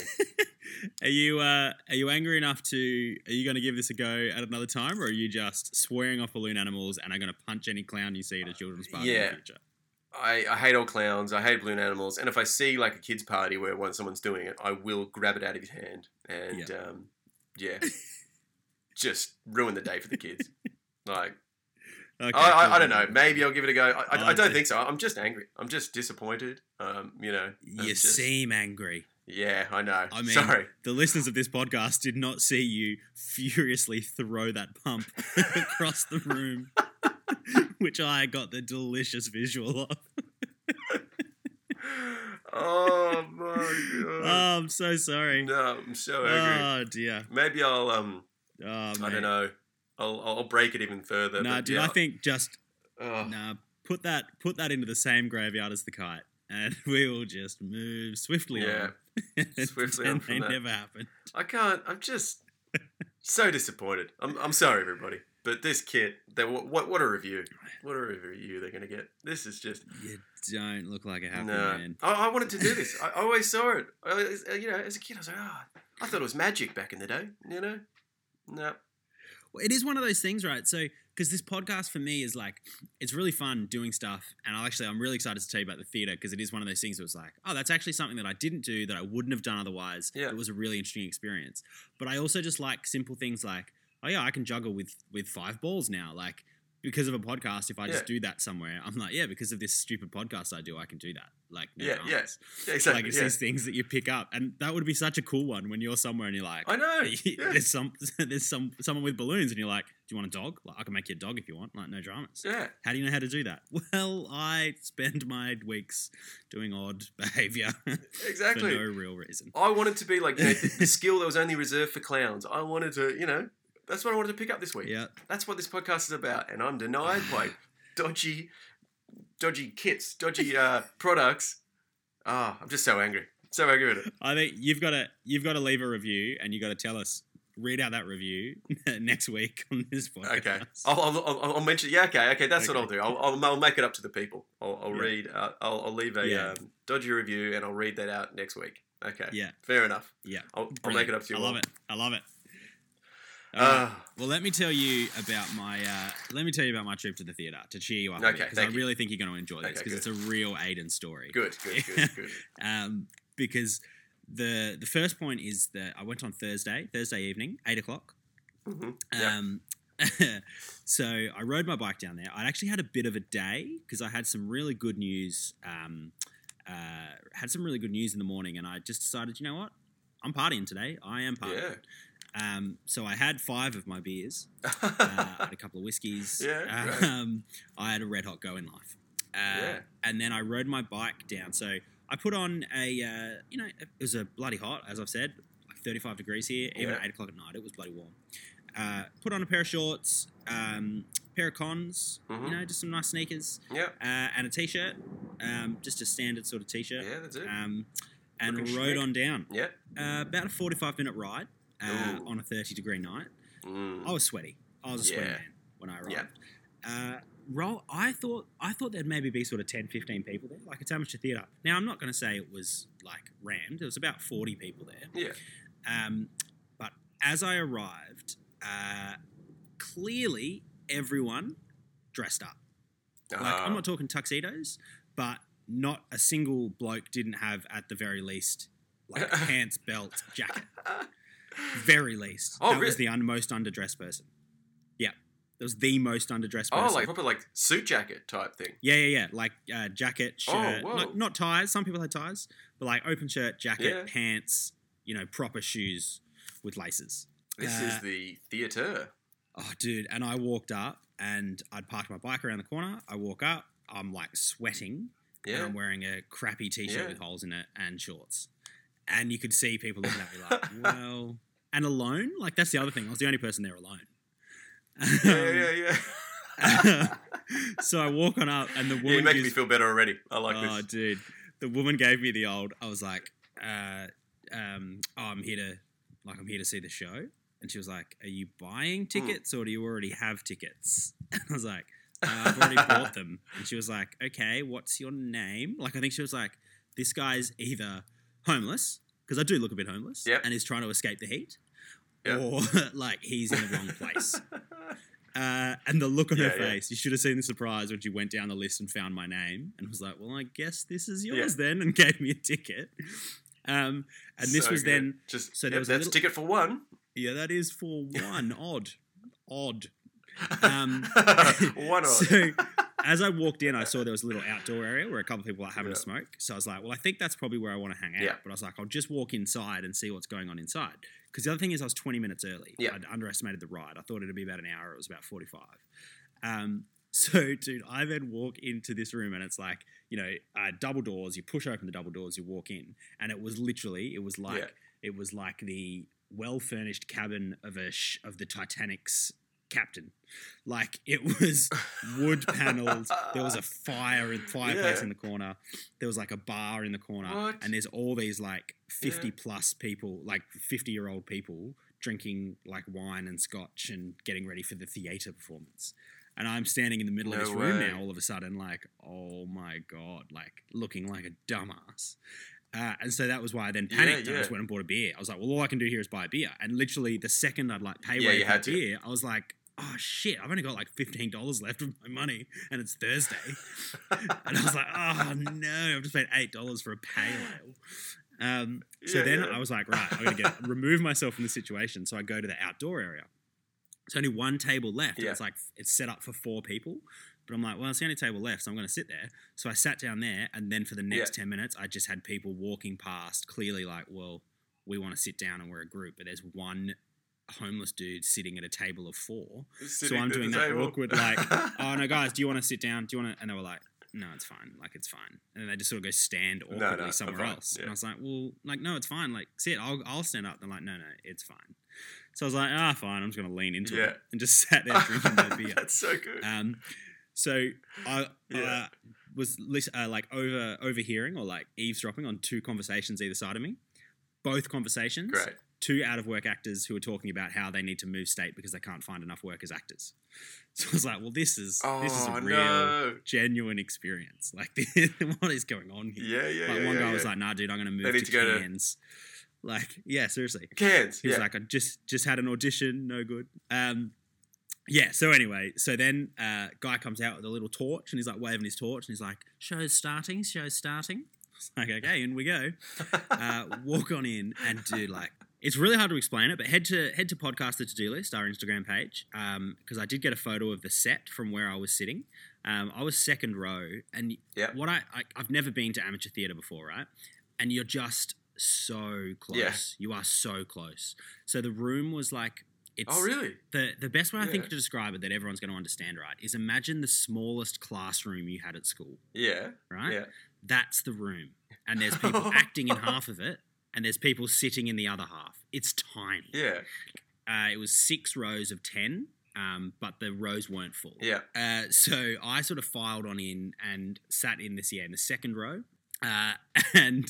are you uh, are you angry enough to? Are you going to give this a go at another time, or are you just swearing off balloon animals and are going to punch any clown you see at a children's party in
Yeah.
the future?
I, I hate all clowns. I hate balloon animals. And if I see like a kids' party where one someone's doing it, I will grab it out of his hand and
Yeah.
um, yeah, just ruin the day for the kids. Like
Okay,
I, I,
cool,
I don't
cool,
know.
cool.
Maybe I'll give it a go. I, I, I
I'll
don't
do-
think so. I'm just angry. I'm just disappointed. Um, you know. I'm
you
just-
seem angry.
Yeah, I know.
I mean-
Sorry.
The listeners of this podcast did not see you furiously throw that pump across the room, which I got the delicious visual of.
Oh my god.
Oh, I'm so sorry.
no, I'm so angry.
Oh dear.
Maybe I'll um
Oh,
I
mate.
don't know. I'll I'll break it even further.
Nah,
but
dude.
yeah.
I think just
Oh,
nah. Put that put that into the same graveyard as the kite, and we will just move swiftly
yeah.
on.
swiftly
and
on from
they
that.
never happen.
I can't. I'm just so disappointed. I'm, I'm sorry, everybody. But this kid, they, what, what what a review! What a review they're gonna get. This is just
You don't look like a happy
no.
man.
I, I wanted to do this. I, I always saw it. I, was- you know, as a kid, I was like, oh, I thought it was magic back in the day. You know, no,
Well, It is one of those things, right? So, because this podcast for me is like, it's really fun doing stuff, and I'll actually, I'm really excited to tell you about the theater because it is one of those things that was like, oh, that's actually something that I didn't do that I wouldn't have done otherwise.
Yeah.
it was a really interesting experience. But I also just like simple things like, oh yeah, I can juggle with with five balls now, like because of a podcast. If I just
Yeah.
do that somewhere, I'm like, yeah, because of this stupid podcast I do, I can do that. Like, no
Yeah, yeah,
dramas.
yeah, exactly.
Like it's
yeah.
these things that you pick up, and that would be such a cool one when you're somewhere and you're like,
I know. Yeah.
there's some there's some someone with balloons and you're like do you want a dog like i can make you a dog if you want like no dramas
yeah.
how do you know how to do that well i spend my weeks doing odd behavior
Exactly.
for no real reason
I wanted to be like you know, the, the skill that was only reserved for clowns. I wanted to, you know, that's what I wanted to pick up this week.
yeah
That's what this podcast is about, and I'm denied by dodgy, dodgy kits, dodgy uh, products. Ah, I'm just so angry, so angry at it.
i think you've got to you've got to leave a review and you got to tell us read out that review next week on this podcast
Okay, I'll, I'll, I'll, I'll mention. Yeah, okay, okay, that's what I'll do. I'll, I'll, I'll make it up to the people. I'll, I'll
Yeah.
read. Uh, I'll, I'll leave a
Yeah.
um, dodgy review, and I'll read that out next week. Okay,
yeah
fair enough.
Yeah.
I'll, I'll make
brilliant.
it up to you.
i love
all.
it i love it All right.
Uh,
Well, let me tell you about my uh, let me tell you about my trip to the theater to cheer you up
Okay,
because I
thank you.
really think you're going to enjoy this
Okay,
because it's a real Aiden story.
good, good, good, good.
Um, because the the first point is that I went on Thursday Thursday evening eight o'clock.
hmm Yeah.
Um, so I rode my bike down there. I actually had a bit of a day because I had some really good news. Um, uh, had some really good news in the morning, and I just decided, you know what, I'm partying today. I am partying.
Yeah.
Um, so I had five of my beers uh, I had a couple of whiskeys.
Yeah, right.
Um, I had a red hot go in life. Uh,
Yeah.
And then I rode my bike down. So I put on a, uh, you know, it was a bloody hot, as I've said, like 35 degrees here. Even
Yeah.
at 8 o'clock at night, it was bloody warm. Uh, put on a pair of shorts, um, pair of cons,
Mhm.
you know, just some nice sneakers,
yeah.
uh, and a t shirt, um, just a standard sort of t shirt.
Yeah, that's it.
Um, and
Looking
rode
schmick.
on down.
yeah.
Uh, about a 45 minute ride uh,
Ooh.
on a 30 degree night.
Mm.
I was sweaty. I was a sweaty
Yeah.
man when I arrived.
Yeah.
Uh, roll. I thought I thought there'd maybe be sort of 10, 15 people there, like it's amateur theatre. Now I'm not going to say it was like rammed. There was about forty people there.
Yeah.
Um, but as I arrived, uh, clearly everyone dressed up. Like I'm
Ah.
not talking tuxedos, but not a single bloke didn't have at the very least like pants, belt, jacket. Very least.
Oh,
that was
really?
the un- most underdressed person. Yeah. That was the most underdressed person.
oh, like proper like suit jacket type thing.
yeah, yeah, yeah. Like uh, jacket,
Oh,
shirt.
whoa.
not, not ties. Some people had ties, but like open shirt, jacket,
Yeah.
pants, you know, proper shoes with laces.
This
Uh,
is the theater.
Oh, dude. And I walked up and I'd parked my bike around the corner. I walk up. I'm like sweating. And
Yeah.
I'm wearing a crappy t shirt
Yeah.
with holes in it and shorts. And you could see people looking at me like, well, and alone? Like, that's the other thing. I was the only person there alone.
yeah, yeah, yeah. yeah.
Um, so I walk on up, and the
You're
woman.
making me
gives-
feel better already. I like
oh,
this.
dude. The woman gave me the old. I was like, uh, um, oh, I'm here to, like, I'm here to see the show. And she was like, Are you
Hmm.
buying tickets or do you already have tickets? And I was like, uh, I've already bought them. And she was like, okay, what's your name? Like, I think she was like, this guy's either homeless, because I do look a bit homeless,
Yep.
and he's trying to escape the heat,
Yep.
or like he's in the wrong place. Uh, and the look on her
Yeah, yeah.
face, you should have seen the surprise when she went down the list and found my name and was like, well, I guess this is yours then, and gave me a ticket. Um, and this
So
was
good.
then,
just
so there
yep,
was a
that's
little-
ticket for one.
yeah, that is for one. Odd. Odd. Um,
one on.
so as I walked in, I saw there was a little outdoor area where a couple of people are having a
Yeah.
smoke. So I was like, well, I think that's probably where I want to hang out.
Yeah.
But I was like, I'll just walk inside and see what's going on inside. Because the other thing is, I was 20 minutes early.
Yeah.
I'd underestimated the ride. I thought it'd be about an hour. It was about 45. Um, So, dude, I then walk into this room and it's like, you know, uh, double doors. You push open the double doors, you walk in, and it was literally, it was like,
Yeah.
it was like the well furnished cabin of a sh- of the Titanic's captain. Like it was wood panels. there was a fire and fireplace
Yeah.
in the corner. There was like a bar in the corner,
What?
and there's all these like fifty
Yeah.
plus people, like fifty year old people drinking like wine and scotch and getting ready for the theater performance. And I'm standing in the middle of
No
this room
way.
now, all of a sudden, like, oh my god, like looking like a dumbass. Uh, and so that was why I then
Yeah,
panicked. and I
yeah.
just went and bought a beer. I was like, well, all I can do here is buy a beer. And literally, the second I'd like pay
Yeah,
away
you
for
had
the
to.
beer, I was like, oh shit, I've only got like fifteen dollars left of my money, and it's Thursday. and I was like, oh no, I've just paid eight dollars for a pale ale. Um, so
Yeah,
then
yeah.
I was like, right, I'm gonna get remove myself from the situation. So I go to the outdoor area. It's only one table left. and
Yeah.
It's like it's set up for four people. But I'm like, well, it's the only table left, so I'm going to sit there. So I sat down there, and then for the next ten minutes, I just had people walking past, clearly like, well, we want to sit down and we're a group, but there's one homeless dude sitting at a table of four.
Sitting
I'm
at the
doing that
table.
awkward, like, Oh no, guys, do you want to sit down? Do you want to? And they were like, no, it's fine. Like it's fine. And then they just sort of go stand
No,
awkwardly
no, I'm
somewhere
fine,
else. And
yeah.
I was like, well, like no, it's fine. Like sit, I'll I'll stand up. They're like, no, no, it's fine. So I was like, ah, fine. I'm just gonna lean into
Yeah.
it and just sat there drinking my beer.
That's so good.
Um, so I uh,
Yeah.
was lis- uh, like over overhearing or like eavesdropping on two conversations either side of me. Both conversations,
Great.
two out of work actors who were talking about how they need to move state because they can't find enough work as actors. So I was like, well, this is
Oh
this is a real
no.
genuine experience. Like, what is going on here?
Yeah, yeah,
like
yeah.
one
yeah,
guy
yeah.
was like, "Nah, dude, I'm gonna move
need
to,
to go to-
Cairns." Like, yeah, seriously.
Cans.
He was
yeah.
like, I just just had an audition, no good. Um, yeah. So anyway, so then uh, guy comes out with a little torch and he's like waving his torch and he's like, "Show's starting, show's starting." It's like, okay, in we go.
Oh,
Uh, walk on in and do like. It's really hard to explain it, but head to head to podcast the to do list, our Instagram page, because I did get a photo of the set from where I was sitting. Um, I was second row, and
Yep.
what I, I I've never been to amateur theatre before, right? And you're just so close.
Yeah.
You are so close. So the room was like it's
oh really?
the the best way I think
Yeah.
to describe it that everyone's going to understand right is imagine the smallest classroom you had at school,
Yeah.
right?
Yeah.
That's the room, and there's people acting in half of it, and there's people sitting in the other half. It's tiny.
Yeah.
Uh, it was six rows of ten, um, but the rows weren't full.
Yeah.
Uh, so I sort of filed on in and sat in this year in the second row, uh, and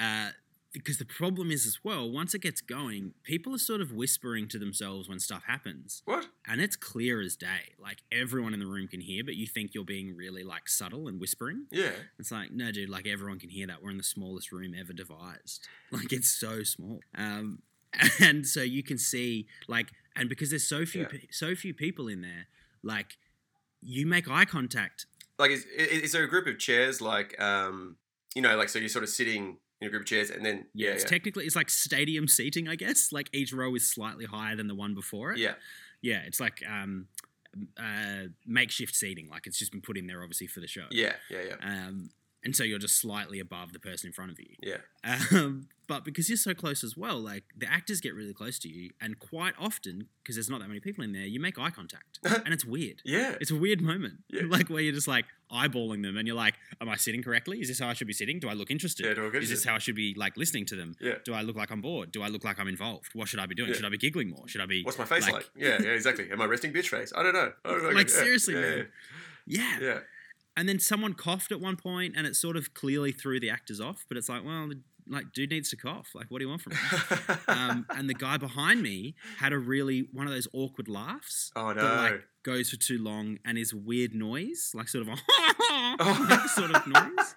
uh, because the problem is as well, once it gets going, people are sort of whispering to themselves when stuff happens,
What?
and it's clear as day. Like everyone in the room can hear, but you think you're being really like subtle and whispering.
Yeah.
It's like, no, dude, like everyone can hear that. We're in the smallest room ever devised. Like it's so small. Um, and so you can see, like, and because there's so few,
Yeah.
pe- so few people in there, like, you make eye contact.
Like, is, is, is there a group of chairs like, um, you know, like so you're sort of sitting in a group of chairs and then yeah,
it's
yeah,
technically it's like stadium seating, I guess. Like each row is slightly higher than the one before it.
yeah,
yeah. It's like um, uh, makeshift seating. Like it's just been put in there, obviously, for the show.
yeah, yeah, yeah,
Um, and so you're just slightly above the person in front of you.
yeah.
Um, but because you're so close as well, like the actors get really close to you, and quite often, because there's not that many people in there, you make eye contact, and it's weird.
Yeah,
It's a weird moment,
Yeah.
like where you're just like eyeballing them, and you're like, "Am I sitting correctly? Is this how I should be sitting? Do I look interested?
yeah, do I get
Is this how I should be like listening to them?
Yeah.
Do I look like I'm bored? Do I look like I'm involved? What should I be doing?
Yeah.
Should I be giggling more? Should I be
What's my face
like-
like? Yeah, yeah, exactly. Am I resting bitch face? I don't know. I don't know.
Like,
Yeah,
seriously,
yeah,
man. yeah,
Yeah, yeah.
and then someone coughed at one point and it sort of clearly threw the actors off but it's like well like dude needs to cough like what do you want from me um, and the guy behind me had a really one of those awkward laughs
oh
that
no.
like goes for too long and is weird noise like sort of a
Oh.
sort of noise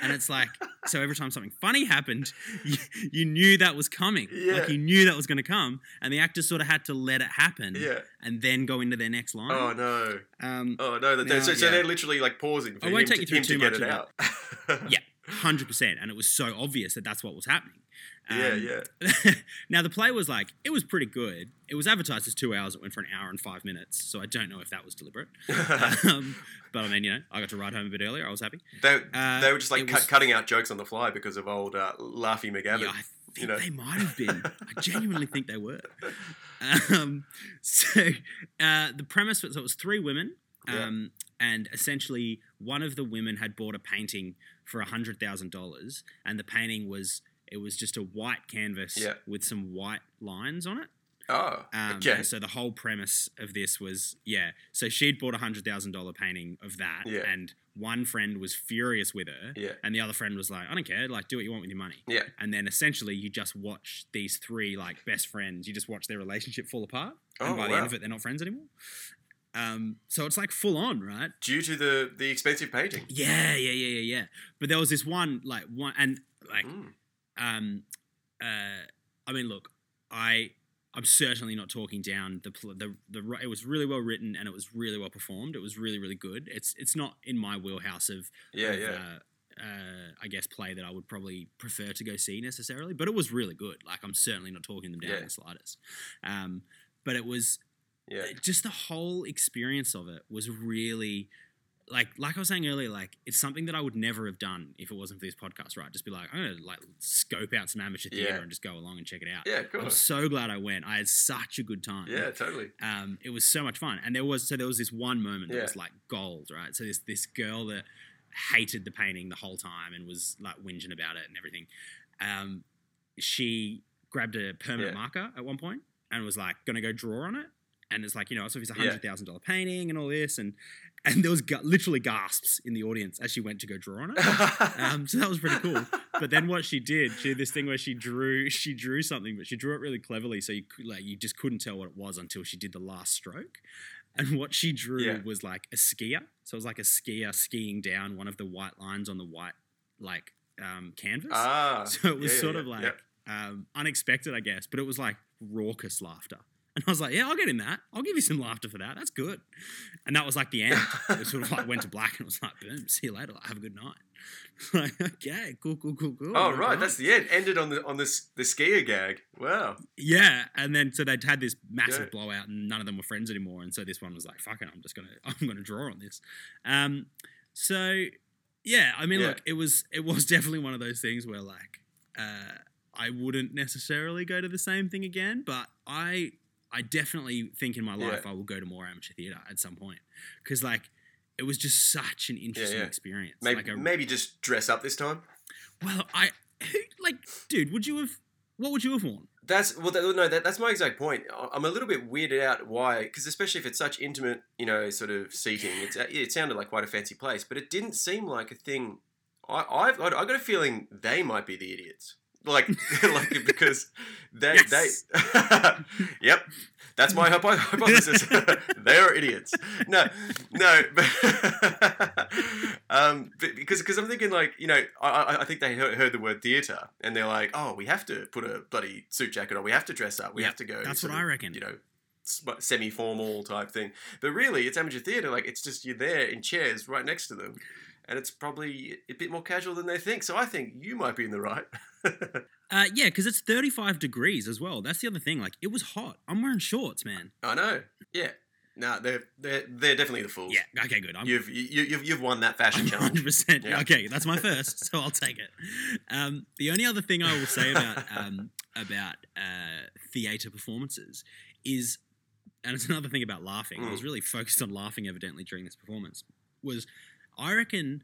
and it's like so every time something funny happened you, you knew that was coming
Yeah.
like you knew that was going to come and the actors sort of had to let it happen
yeah.
and then go into their next line
Oh no.
um,
Oh no. that-
Now-
so, so
yeah.
they're literally like pausing for
I won't
him
take
to,
you through
him to
too much
get it
of
out.
Yeah. hundred percent, and it was so obvious that that's what was happening.
yeah, yeah.
yeah. now the play was like it was pretty good. It was advertised as two hours. It went for an hour and five minutes. So I don't know if that was deliberate.
Uh-huh.
um, but I mean, you know, I got to ride home a bit earlier. I was happy.
they,
Uh,
they were just like
it
cut,
was-
cutting out jokes on the fly because of old uh, Laffy
yeah,
McGavin.
I think
you know.
they might have been. I genuinely think they were. Um, so uh, the premise was so it was three women.
Yeah.
Um, and essentially one of the women had bought a painting for hundred thousand dollars, and the painting was it was just a white canvas
Yeah.
with some white lines on it.
Oh,
Um,
okay.
and So the whole premise of this was, yeah. So she'd bought a hundred thousand dollar painting of that,
Yeah.
and one friend was furious with her,
Yeah.
and the other friend was like, "I don't care, like do what you want with your money."
Yeah.
And then essentially, you just watch these three like best friends. You just watch their relationship fall apart,
Oh,
and by the end
wow.
of it, they're not friends anymore. Um, so it's like full on, right?
Due to the the expensive painting.
Yeah, yeah, yeah, yeah, yeah. But there was this one, like one, and like
Mm.
um, uh, I mean, look, I I'm certainly not talking down the pl- the the. ri- It was really well written and it was really well performed. It was really really good. It's it's not in my wheelhouse of
Yeah,
of,
yeah.
Uh, uh, I guess play that I would probably prefer to go see necessarily, but it was really good. Like I'm certainly not talking them down
Yeah.
in the slightest. Um, but it was
Yeah.
just the whole experience of it was really like like I was saying earlier, like it's something that I would never have done if it wasn't for this podcast, right? Just be like, I'm gonna like scope out some amateur
Yeah.
theater and just go along and check it out.
Yeah, of
I'm
course.
so glad I went. I had such a good time.
Yeah, totally.
Um, it was so much fun. And there was so there was this one moment that
Yeah.
was like gold, right? So this this girl that hated the painting the whole time and was like whinging about it and everything. Um, she grabbed a permanent
Yeah.
marker at one point and was like gonna go draw on it. And it's like, you know, so it's a hundred thousand dollar painting and all this and and there was ga- literally gasps in the audience as she went to go draw on it. Um, so that was pretty cool but then what she did, she did this thing where she drew she drew something, but she drew it really cleverly, so you cou- like you just couldn't tell what it was until she did the last stroke. And what she drew
Yeah.
was like a skier, so it was like a skier skiing down one of the white lines on the white like um, canvas.
ah.
so it was
yeah, yeah,
sort
yeah,
of like
yeah.
um, unexpected, I guess, but it was like raucous laughter. And I was like, yeah, I'll get in that. I'll give you some laughter for that. That's good. And that was like the end it sort of like went to black and was like, boom, see you later. Like, have a good night. like, okay, cool, cool, cool, cool.
Oh
well
right,
done.
that's the end. Ended on the on this the skier gag. Wow.
yeah. And then so they'd had this massive
Yeah.
blowout, and none of them were friends anymore. And so this one was like, fucking, I'm just gonna, I'm gonna draw on this. Um, so yeah, I mean,
Yeah.
look, it was, it was definitely one of those things where like, uh, I wouldn't necessarily go to the same thing again, but I, I definitely think in my
Yeah.
life I will go to more amateur theater at some point because like. It was just such an interesting
yeah.
experience.
Maybe
like a
maybe just dress up this time.
Well, I like, dude. Would you have? What would you have worn?
That's well, that, no, that, that's my exact point. I- I'm a little bit weirded out why, because especially if it's such intimate, you know, sort of seating, it's, uh, it sounded like quite a fancy place, but it didn't seem like a thing. I, I've got, I got a feeling they might be the idiots, like, like because they,
Yes.
they, yep, that's my hypo- hypothesis. they are idiots. No, no, but, um, but because because I'm thinking like you know I I, I think they heard, heard the word theater and they're like oh we have to put a bloody suit jacket on we have to dress up we
Yep,
have to go
That's
sort
what
of,
I reckon.
you know semi formal type thing but really it's amateur theater like it's just you're there in chairs right next to them and it's probably a bit more casual than they think so I think you might be in the right
Uh, yeah, because it's thirty-five degrees as well. That's the other thing. Like, it was hot. I'm wearing shorts, man.
I know yeah no they're they're they're definitely the fools
Yeah. Okay. Good. I'm.
you've you, you've you've won that fashion challenge.
Hundred percent.
Yeah.
Okay, that's my first, so I'll take it. Um, the only other thing I will say about um, about uh, theatre performances is, and it's another thing about laughing. I was
Mm.
really focused on laughing, evidently, during this performance. Was I reckon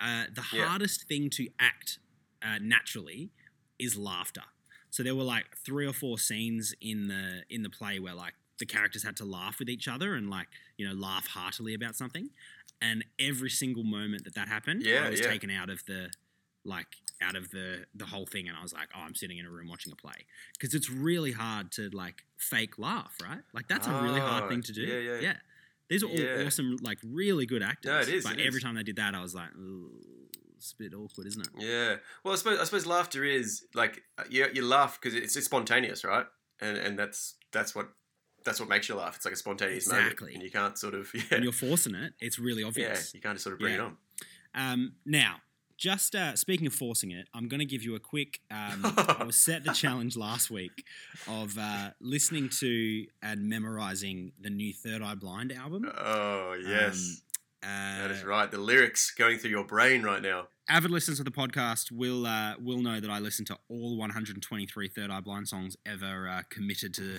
uh, the
Yeah.
hardest thing to act uh, naturally is laughter. So there were like three or four scenes in the in the play where like the characters had to laugh with each other and like you know laugh heartily about something, and every single moment that that happened,
Yeah,
I was
yeah.
taken out of the like out of the the whole thing, and I was like, oh, I'm sitting in a room watching a play because it's really hard to like fake laugh, right? Like that's a really hard
Ah,
thing to do.
yeah, yeah.
These are all
Yeah.
awesome, like really good actors.
No, it is,
But
it
every
is.
time they did that, I was like, "Ooh, it's a bit awkward, isn't it?
Yeah. Well, I suppose I suppose laughter is like uh, you, you laugh because it's, it's spontaneous, right? And and that's that's what that's what makes you laugh. It's like a spontaneous
Exactly.
moment, and you can't sort of
When
yeah
you're forcing it, it's really obvious.
yeah you can't just sort of bring
Yeah.
it on.
Um, now, just uh, speaking of forcing it, I'm going to give you a quick. Um, I was set the challenge last week of uh, listening to and memorizing the new Third Eye Blind album.
oh yes,
Um,
that
uh,
is right. The lyrics going through your brain right now.
avid listeners of the podcast will uh, will know that I listen to all 123 Third Eye Blind songs ever uh, committed to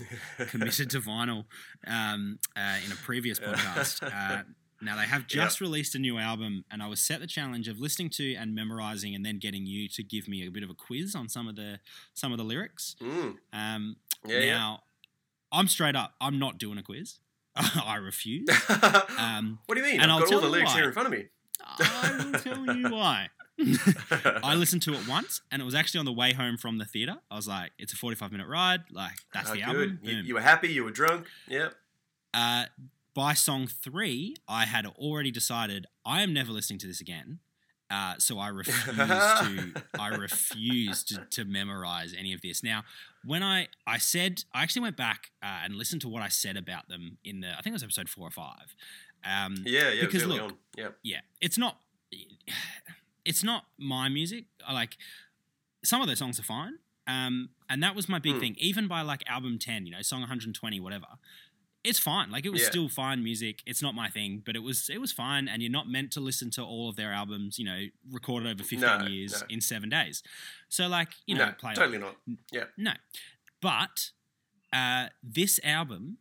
committed to vinyl um, uh, in a previous podcast. Uh, Now they have just released a new album, and I was set the challenge of listening to and memorizing, and then getting you to give me a bit of a quiz on some of the some of the lyrics.
Mm.
Um,
Yeah, yeah.
now, I'm straight up. I'm not doing a quiz. I refuse. Um,
what do you mean?
and
I've
I'll
got
tell
all the
you
lyrics
why.
here in front of me.
I will tell you why. I listened to it once, and it was actually on the way home from the theater. I was like, "It's a 45 minute ride. Like that's
Oh,
the
good.
album." Mm.
You,
Boom.
you were happy. You were drunk. Yep.
Uh, by song three, I had already decided I am never listening to this again. Uh, so I refuse to I refuse to, to memorize any of this. Now, when I I said I actually went back uh, and listened to what I said about them in the I think it was episode four or five. Um,
Yeah. Yeah. it was
Because
early
look,
on. Yep.
yeah it's not it's not my music I like some of their songs are fine um and that was my big
Hmm.
thing even by like album 10 you know song 120 whatever it's fine like it was
Yeah.
still fine music it's not my thing but it was it was fine and you're not meant to listen to all of their albums you know recorded over 15
No,
years
no.
in 7 days so like you know
no,
play
totally not.
no. But uh, this album,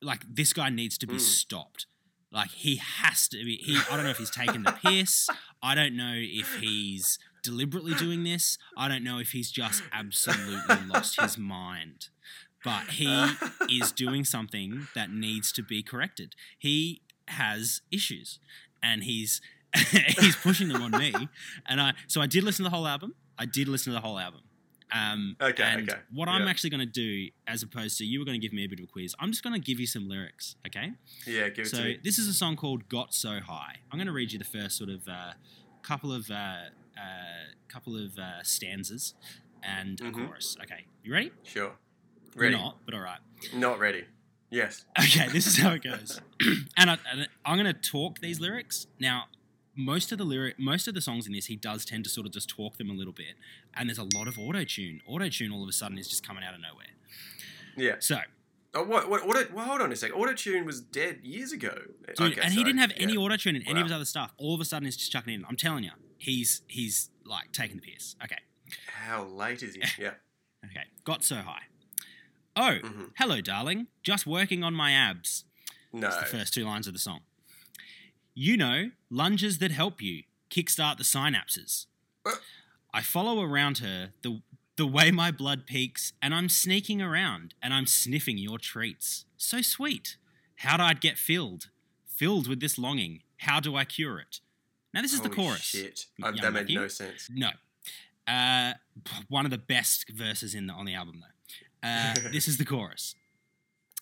like this guy needs to be
Mm.
stopped. Like he has to be. He, I don't know if he's taking the piss. I don't know if he's deliberately doing this. I don't know if he's just absolutely lost his mind. But he is doing something that needs to be corrected. He has issues, and he's he's pushing them on me. And I so I did listen to the whole album. I did listen to the whole album. Um,
Okay,
And
okay,
what I'm
yeah.
actually going to do, as opposed to you were going to give me a bit of a quiz, I'm just going to give you some lyrics. Okay.
yeah. Give it to
So
me.
this is a song called "Got So High." I'm going to read you the first sort of uh, couple of uh, uh, couple of uh, stanzas and
Mhm.
a chorus. Okay, you ready?
Sure.
You're
Ready.
not, but all right.
Not ready. Yes.
Okay, this is how it goes. and, I, and I'm going to talk these lyrics now. Most of the lyric, most of the songs in this, he does tend to sort of just talk them a little bit, and there's a lot of auto tune. Auto tune all of a sudden is just coming out of nowhere.
Yeah.
So,
Oh, what? What? Auto, well, hold on a sec. Autotune was dead years ago.
dude,
Okay,
and he
sorry.
didn't have
Yeah.
any auto tune in any of
Wow.
his other stuff. All of a sudden, it's just chucking in. I'm telling you, he's he's like taking the piss. Okay,
How late is he? Yeah.
okay, got so high. Oh,
hmm
hello, darling. Just working on my abs.
No.
It's the first two lines of the song. You know, lunges that help you kickstart the synapses.
Uh.
I follow around her the the way my blood peaks, and I'm sneaking around and I'm sniffing your treats. So sweet. How'd I get filled? Filled with this longing. How do I cure it? Now this is the
Holy
chorus.
Shit.
M-
Uh,
young
that made
Matthew.
no sense.
No. Uh, p- one of the best verses in the, on the album though. Uh, this is the chorus.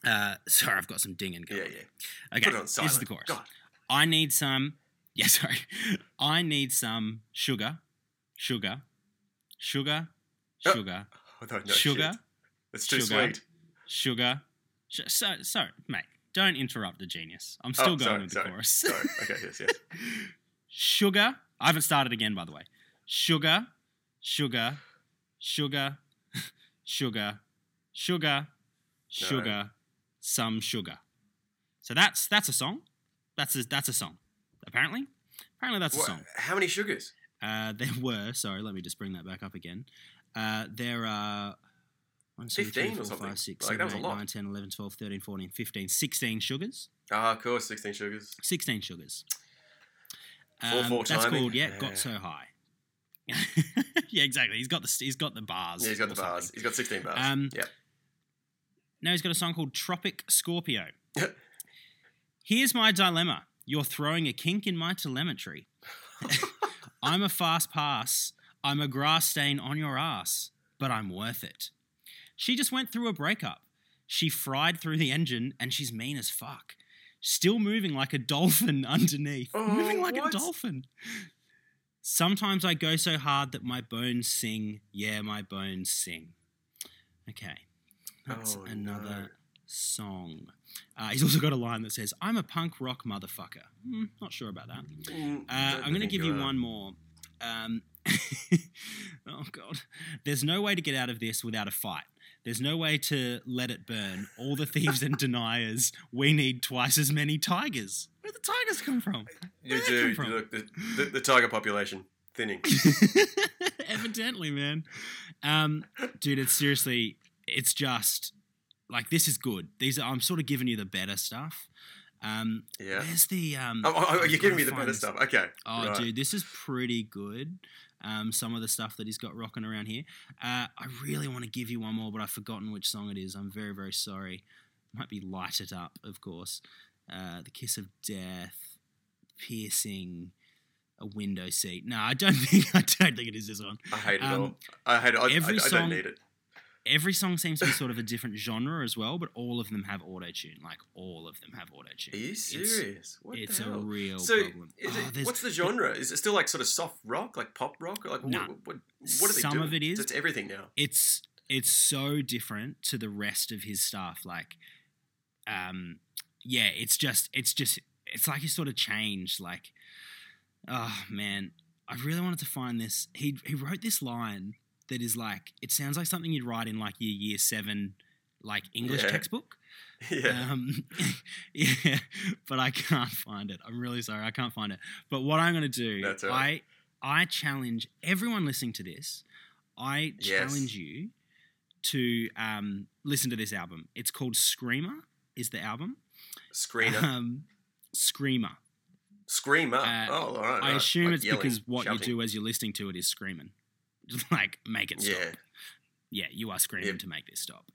Uh, sorry, I've got some dinging
Yeah,
going.
yeah.
on. Okay,
Put it on
this
silent.
is the chorus.
God.
I need some. Yeah, sorry. I need some sugar, sugar, sugar,
Oh,
sugar,
Hold on, no
sugar,
shit. It's too
sugar.
sweet.
sugar. Sh- so, sorry, mate. Don't interrupt the genius. I'm still going
Oh, sorry,
with the
sorry,
chorus.
Sorry. Okay. Yes. Yes.
sugar. I haven't started again, by the way. Sugar, sugar, sugar, sugar, sugar, sugar, some sugar. So that's that's a song. That's a, that's a song. Apparently, apparently that's a
What-
song.
How many sugars?
Uh, there were sorry. Let me just bring that back up again. Uh, there are. 1, two, three,
15 or
four,
something.
five, six, seven,
Like, that was a
eight,
lot.
nine, 10, 11, 12, 13, 14, 15, 16 sugars.
Ah, of course, sixteen sugars.
16 sugars. Um,
Four, four
that's
timing.
called yeah,
Yeah.
got so high. yeah, exactly. He's got the he's got the bars.
Yeah, he's got
or
the bars.
something.
He's got sixteen bars.
Um,
yeah.
No, he's got a song called Tropic Scorpio. Here's my dilemma. You're throwing a kink in my telemetry. I'm a fast pass. I'm a grass stain on your ass, but I'm worth it. She just went through a breakup. She fried through the engine and she's mean as fuck. Still moving like a dolphin underneath.
Oh,
moving like
what?
a dolphin. Sometimes I go so hard that my bones sing. Yeah, my bones sing. Okay. That's
Oh,
another
no.
song. Uh, he's also got a line that says, I'm a punk rock motherfucker. Hmm, not sure about that.
Mm,
Uh,
don't
I'm going to
think
give you
are.
one more. Um, oh, God. There's no way to get out of this without a fight. There's no way to let it burn. All the thieves and deniers, we need twice as many tigers. Where'd the tigers come from?
You
Where'd that
do.
come from?
Look, the, the, the tiger population thinning.
Evidently, man. Um, dude, it's seriously, it's just like this is good. These are, I'm sort of giving you the better stuff. Um,
Yeah.
Where's the? Um,
Oh, oh, oh,
I've
you're
gotta
giving me the
find
better
this.
stuff. Okay.
Oh,
Right.
dude, this is pretty good. Um, some of the stuff that he's got rocking around here. Uh, I really want to give you one more, but I've forgotten which song it is. I'm very, very sorry. Might be Light It Up, of course. Uh, the Kiss of Death, Piercing a Window Seat. No, I don't think I don't think it is this one.
I hate it
Um,
all. I hate it. I, I-
every
I,
song-
don't need it.
Every song seems to be sort of a different genre as well, but all of them have auto tune. Like all of them have auto
Are
tune.
you serious? What
It's
the
a
hell?
real
so,
problem.
is
Oh,
it,
there's-
what's the genre? Is it still like sort of soft rock, like pop rock, or like what-
Nah.
what, what, what are they
Some
doing?
of it is.
It's everything now.
it's it's so different to the rest of his stuff like um yeah it's just it's just it's like he sort of changed like oh man i really wanted to find this he he wrote this line that is like it sounds like something you'd write in like your year 7 like english
Yeah.
textbook
Yeah.
um yeah but i can't find it i'm really sorry i can't find it but what i'm going to do
That's all
i
right.
i challenge everyone listening to this I
Yes.
challenge you to um, listen to this album. It's called Screamer. Is the album
Screener.
Um, Screamer?
Screamer.
uh,
oh, all right. all
I
right.
assume
Like
it's
yelling,
because what
shouting.
you do as you're listening to it is screaming. Just like make it stop.
Yeah.
Yeah, you are screaming
Yep.
to make this stop.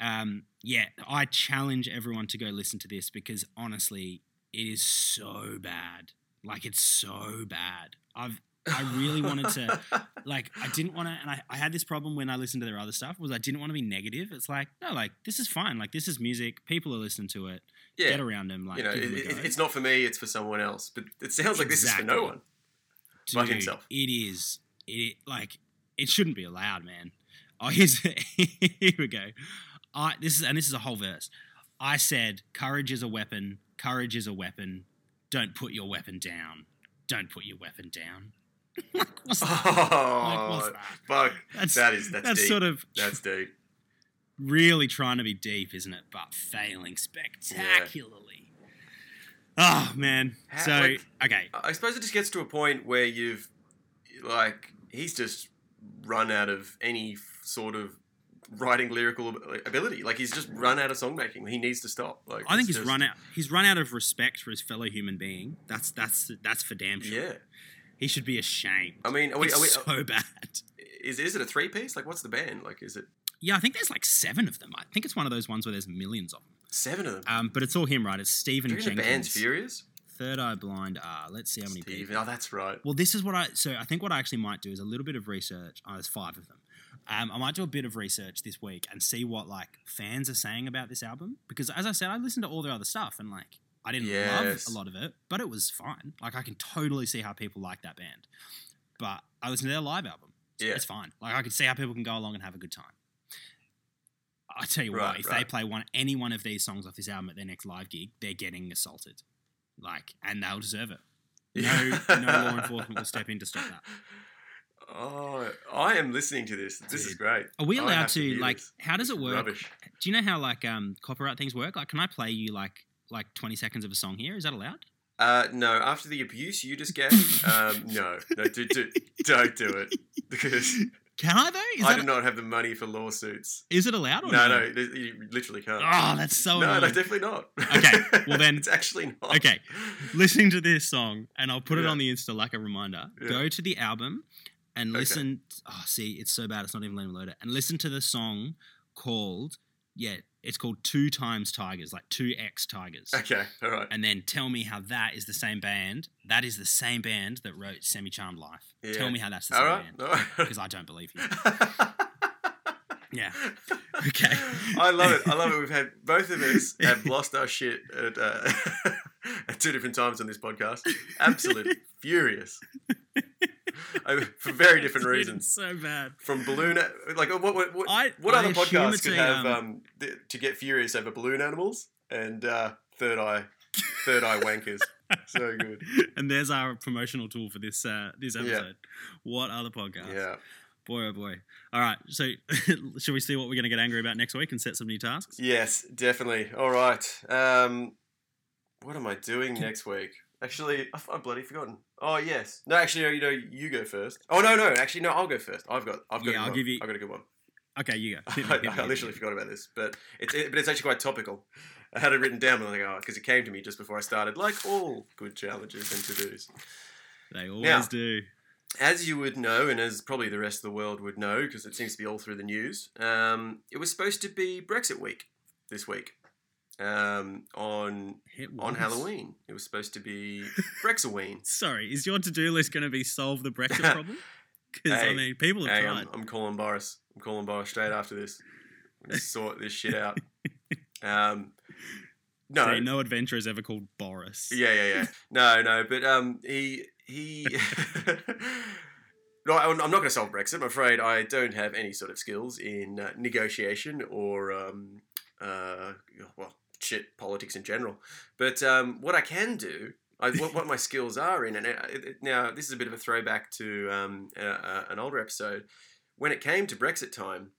Um, yeah, I challenge everyone to go listen to this because honestly, it is so bad. Like it's so bad. I've I really wanted to- like I didn't want to, and I, I had this problem when I listened to their other stuff was I didn't want to be negative. It's like no, like this is fine. Like this is music. People are listening to it.
yeah.
Get around them. Like
you know,
give
it,
them a go.
it, it's not for me. It's for someone else. But it sounds like this is for
Exactly.
no one. by
Dude,
himself.
It is it like it shouldn't be allowed, man. Oh, here's here we go. I this is and this is a whole verse. I said, "Courage is a weapon. Courage is a weapon. Don't put your weapon down. Don't put your weapon down." like, what's that? Like, what's
Oh,
that?
fuck.
That's
That is that's,
that's
deep.
sort of
that's deep.
really trying to be deep, isn't it? But failing spectacularly. Oh man.
Ha-
so
like-
okay.
I I suppose it just gets to a point where you've, like, he's just run out of any f- sort of writing lyrical ab- ability. Like, he's just run out of songmaking. He needs to stop. Like,
I think he's
it's
run out. He's run out of respect for his fellow human being. That's that's that's for damn
just-
sure.
Yeah.
He should be ashamed.
I mean, are we?
it's
Are we uh,
so bad.
is is it a three piece? Like, what's the band? Like, is it
Yeah, I think there's like seven of them. I think it's one of those ones where there's millions of them.
seven of them?
Um, but it's all him, right? It's
Do
Stephen
you reckon the band's
Jenkins,
furious?
Third Eye Blind. Ah, let's see how many people.
Steven. Oh, that's right.
Well, this is what I so I think what I actually might do is a little bit of research. Oh, there's five of them. Um, I might do a bit of research this week and see what like fans are saying about this album because, as I said, I listened to all their other stuff and like I didn't
Yes.
love a lot of it, but it was fine. Like I can totally see how people like that band, but I listened to their live album.
Yeah.
It's fine. Like I can see how people can go along and have a good time. I tell you what,
Right,
if they
right.
play one any one of these songs off this album at their next live gig, they're getting assaulted. Like, and they'll deserve it. No, no law enforcement will step in to stop that.
Oh, I am listening to this. This is
Dude.
great.
Are we
I
allowed
have
to,
hear
like?
this.
How does
It's
it work?
Rubbish.
Do you know how like um copyright things work? Like, can I play you like like twenty seconds of a song here? Is that allowed?
Uh, no, after the abuse you just gave, um, no, no, do, do, don't do it because
Can I though? Is
I
that
do not have the money for lawsuits.
is it allowed or
No, no, you you literally can't.
Oh, that's so
no, no,
annoying.
definitely not.
Okay, well then-
it's actually not.
Okay. Listening to this song, and I'll put it
Yeah.
on the Insta like a reminder.
Yeah.
Go to the album and
Okay.
listen. Oh, see, it's so bad. It's not even letting me load it. And listen to the song called yeah, it's called Two Times Tigers, like two X Tigers.
Okay, all right.
and then tell me how that is the same band. That is the same band that wrote Semi Charmed Life.
Yeah.
Tell me how that's the
All
same
right.
band
All right.
because I don't believe you. Yeah. Okay.
I love it. I love it. We've had both of us have lost our shit at, uh, at two different times on this podcast. Absolute furious. Uh, for very different
Dude,
reasons.
it's So bad.
from balloon like what what what,
I-
what
I
other
assume
podcasts
it's
could
a,
have
um,
um, th- to get furious over balloon animals and uh, third eye third eye wankers so good
And there's our promotional tool for this uh, this
Yeah.
episode. What other podcast?
yeah
Boy oh boy. All right. So should we see what we're going to get angry about next week and set some new tasks?
yes definitely all right um what am i doing next week actually i've, I've bloody forgotten oh yes no actually no you know you go first oh no no actually no i'll go first i've got i've
Yeah,
got a good
I'll
one.
give you-
i've got a good one
Okay, you go. Hit me,
I,
hit me,
I
hit
literally
me.
forgot about this, but it's it, but it's actually quite topical. I had it written down, and I was like, oh, because it came to me just before I started, like all good challenges and to dos.
They always do.
As you would know, and as probably the rest of the world would know, because it seems to be all through the news, um, it was supposed to be Brexit week this week um, on
It
on
was.
Halloween. It was supposed to be Brexaween.
Sorry, is your to-do list going to be solve the Brexit problem? Because I
Hey,
mean, people have
hey,
tried.
I'm, I'm calling Boris. I'm calling Boris straight after this. Let's Sort this shit out. Um, no,
See, no adventurer is ever called Boris.
Yeah, yeah, yeah. No, no, but um, he he. no, I'm I'm not going to solve Brexit. I'm afraid I don't have any sort of skills in uh, negotiation or um, uh, well, shit, politics in general. But um, what I can do. I, what, what my skills are in, and it, it, now this is a bit of a throwback to um, uh, uh, an older episode. When it came to Brexit time,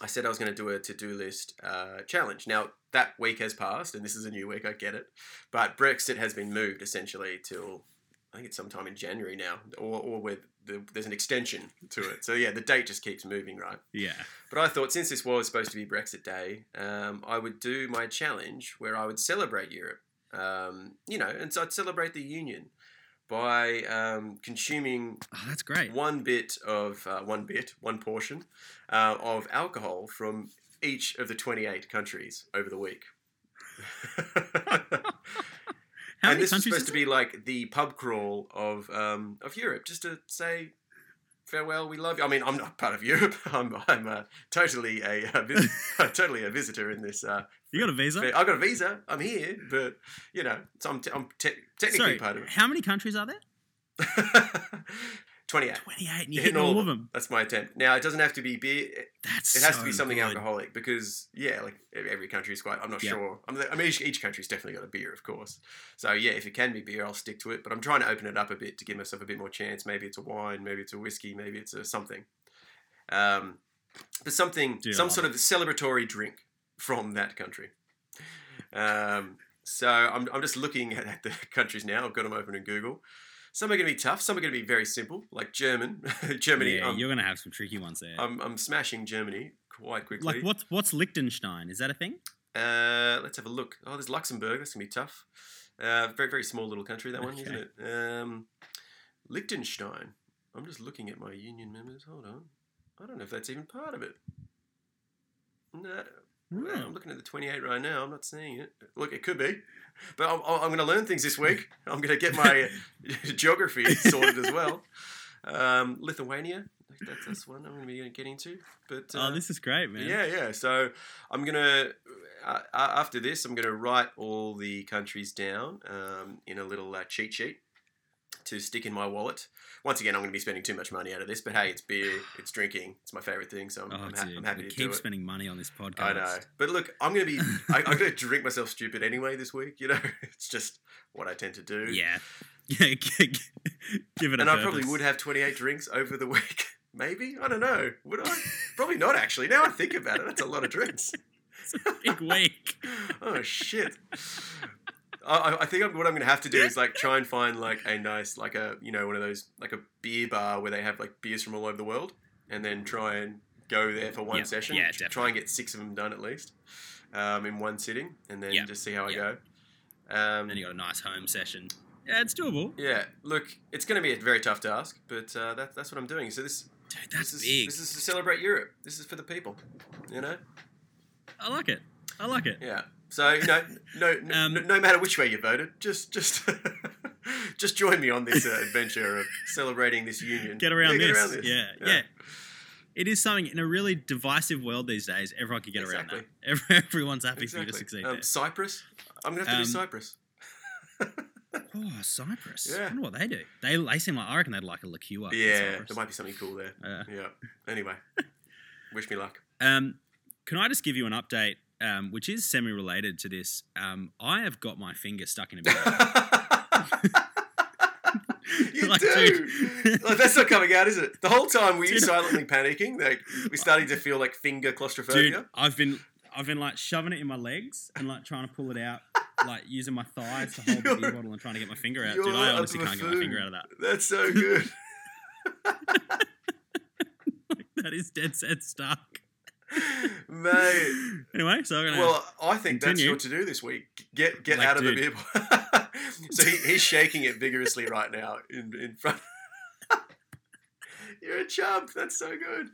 I said I was going to do a to do list uh, challenge. Now, that week has passed, and this is a new week, I get it. But Brexit has been moved essentially till I think it's sometime in January now, or, or where the, there's an extension to it. So, yeah, the date just keeps moving, right?
Yeah.
But I thought since this was supposed to be Brexit Day, um, I would do my challenge where I would celebrate Europe. Um, you know, and so I'd celebrate the Union by um, consuming
Oh, that's great.
one bit of uh, one bit, one portion uh, of alcohol from each of the 28 countries over the week.
How
and
many
this
countries
is supposed
is
to
it?
be like the pub crawl of um, of Europe, just to say farewell, we love you. I mean, I'm not part of Europe. I'm I'm uh, totally a, a vis- totally a visitor in this. Uh,
You got a visa?
I got a visa. I'm here, but you know, so I'm, te- I'm te- technically
Sorry,
part of
how many countries are there?
it. 28.
28, and you're
You're
hitting all, of them.
That's my attempt. Now, it doesn't have to be beer. It
That's
it has
so
to be something
good.
alcoholic because, yeah, like ev- every country is quite. I'm not
Yeah.
sure. I'm, I mean, each, each country's definitely got a beer, of course. So, yeah, if it can be beer, I'll stick to it. But I'm trying to open it up a bit to give myself a bit more chance. Maybe it's a wine, maybe it's a whiskey, maybe it's a something. Um, but something,
Do you
some
like
sort of celebratory drink from that country. Um, so I'm, I'm just looking at, at the countries now. I've got them open in Google. Some are going to be tough. Some are going to be very simple, like German. Germany.
Yeah,
um,
you're going to have some tricky ones there.
I'm, I'm smashing Germany quite quickly.
like, what's, what's Liechtenstein? Is that a thing?
Uh, let's have a look. Oh, there's Luxembourg. That's gonna be tough. Uh, very very small little country that one, isn't
Okay.
it? Um, Liechtenstein. I'm just looking at my union members. Hold on. I don't know if that's even part of it. No,
Wow.
I'm looking at the 28 right now. I'm not seeing it. Look, it could be, but I'm, I'm going to learn things this week. I'm going to get my uh, geography sorted as well. Um, Lithuania. That's, that's one I'm going to be getting to. But uh,
oh, this is great, man.
yeah, yeah. So I'm gonna uh, after this, I'm gonna write all the countries down um, in a little uh, cheat sheet to stick in my wallet. Once again, I'm gonna be spending too much money out of this, but hey, it's beer, it's drinking, it's my favorite thing, so I'm,
Oh,
I'm, ha-
dude,
I'm happy
we
to do
keep
it.
spending money on this podcast.
I know, but look, I'm gonna be. I, I'm gonna drink myself stupid anyway this week. You know, it's just what I tend to do.
Yeah. Yeah, g- g- give it a
and I probably
purpose.
would have 28 drinks over the week. Maybe I don't know. Would I? probably not. Actually, now I think about it, that's a lot of drinks.
It's a big week.
oh shit. I, I- I think I'm, what I'm gonna have to do is like try and find like a nice like a you know one of those like a beer bar where they have like beers from all over the world, and then try and go there for one
Yeah.
session.
Yeah,
Tr- Try and get six of them done at least, um, in one sitting, and then
Yeah.
just see how I
Yeah.
go. Um,
And then you got a nice home session. Yeah, it's doable.
yeah, look, it's gonna be a very tough task, but uh, that, that's what I'm doing. So this
Dude, that's
this is
big.
this is to celebrate Europe. This is for the people, you know.
I like it. I like it.
Yeah. So you know, no, no,
Um,
no, no matter which way you voted, just just just join me on this uh, adventure of celebrating this union.
Get around,
Yeah,
this. Yeah,
this.
yeah, It is something in a really divisive world these days. Everyone can get around
Exactly.
that. Ev- Everyone's happy for you to
Exactly.
succeed
Um,
there.
Cyprus. I'm gonna have to do
Um,
Cyprus.
Oh, Cyprus.
Yeah.
I wonder what they do. They, they seem like I reckon they'd like a liqueur. in
yeah,
Cyprus.
there might be something cool there.
Uh,
Yeah. Anyway, wish me luck.
Um, can I just give you an update, um, which is semi-related to this? Um, I have got my finger stuck in a bit.
you
Like,
do.
dude.
Like, that's not coming out, is it? The whole time were you
Dude.
silently panicking? Like we're starting to feel like finger claustrophobia.
Dude, I've been I've been like shoving it in my legs and like trying to pull it out, like using my thighs to hold the
You're-
beer bottle and trying to get my finger out.
you're
Dude, I
a
honestly can't get my
buffoon.
finger out of that.
That's so good.
That is dead set stuck.
Mate.
anyway, so I'm gonna.
Well, I think
Continue.
that's your to do this week. Get get
Like,
out of
dude.
the beer. bo- so he, he's shaking it vigorously right now in in front. You're a chump. That's so good.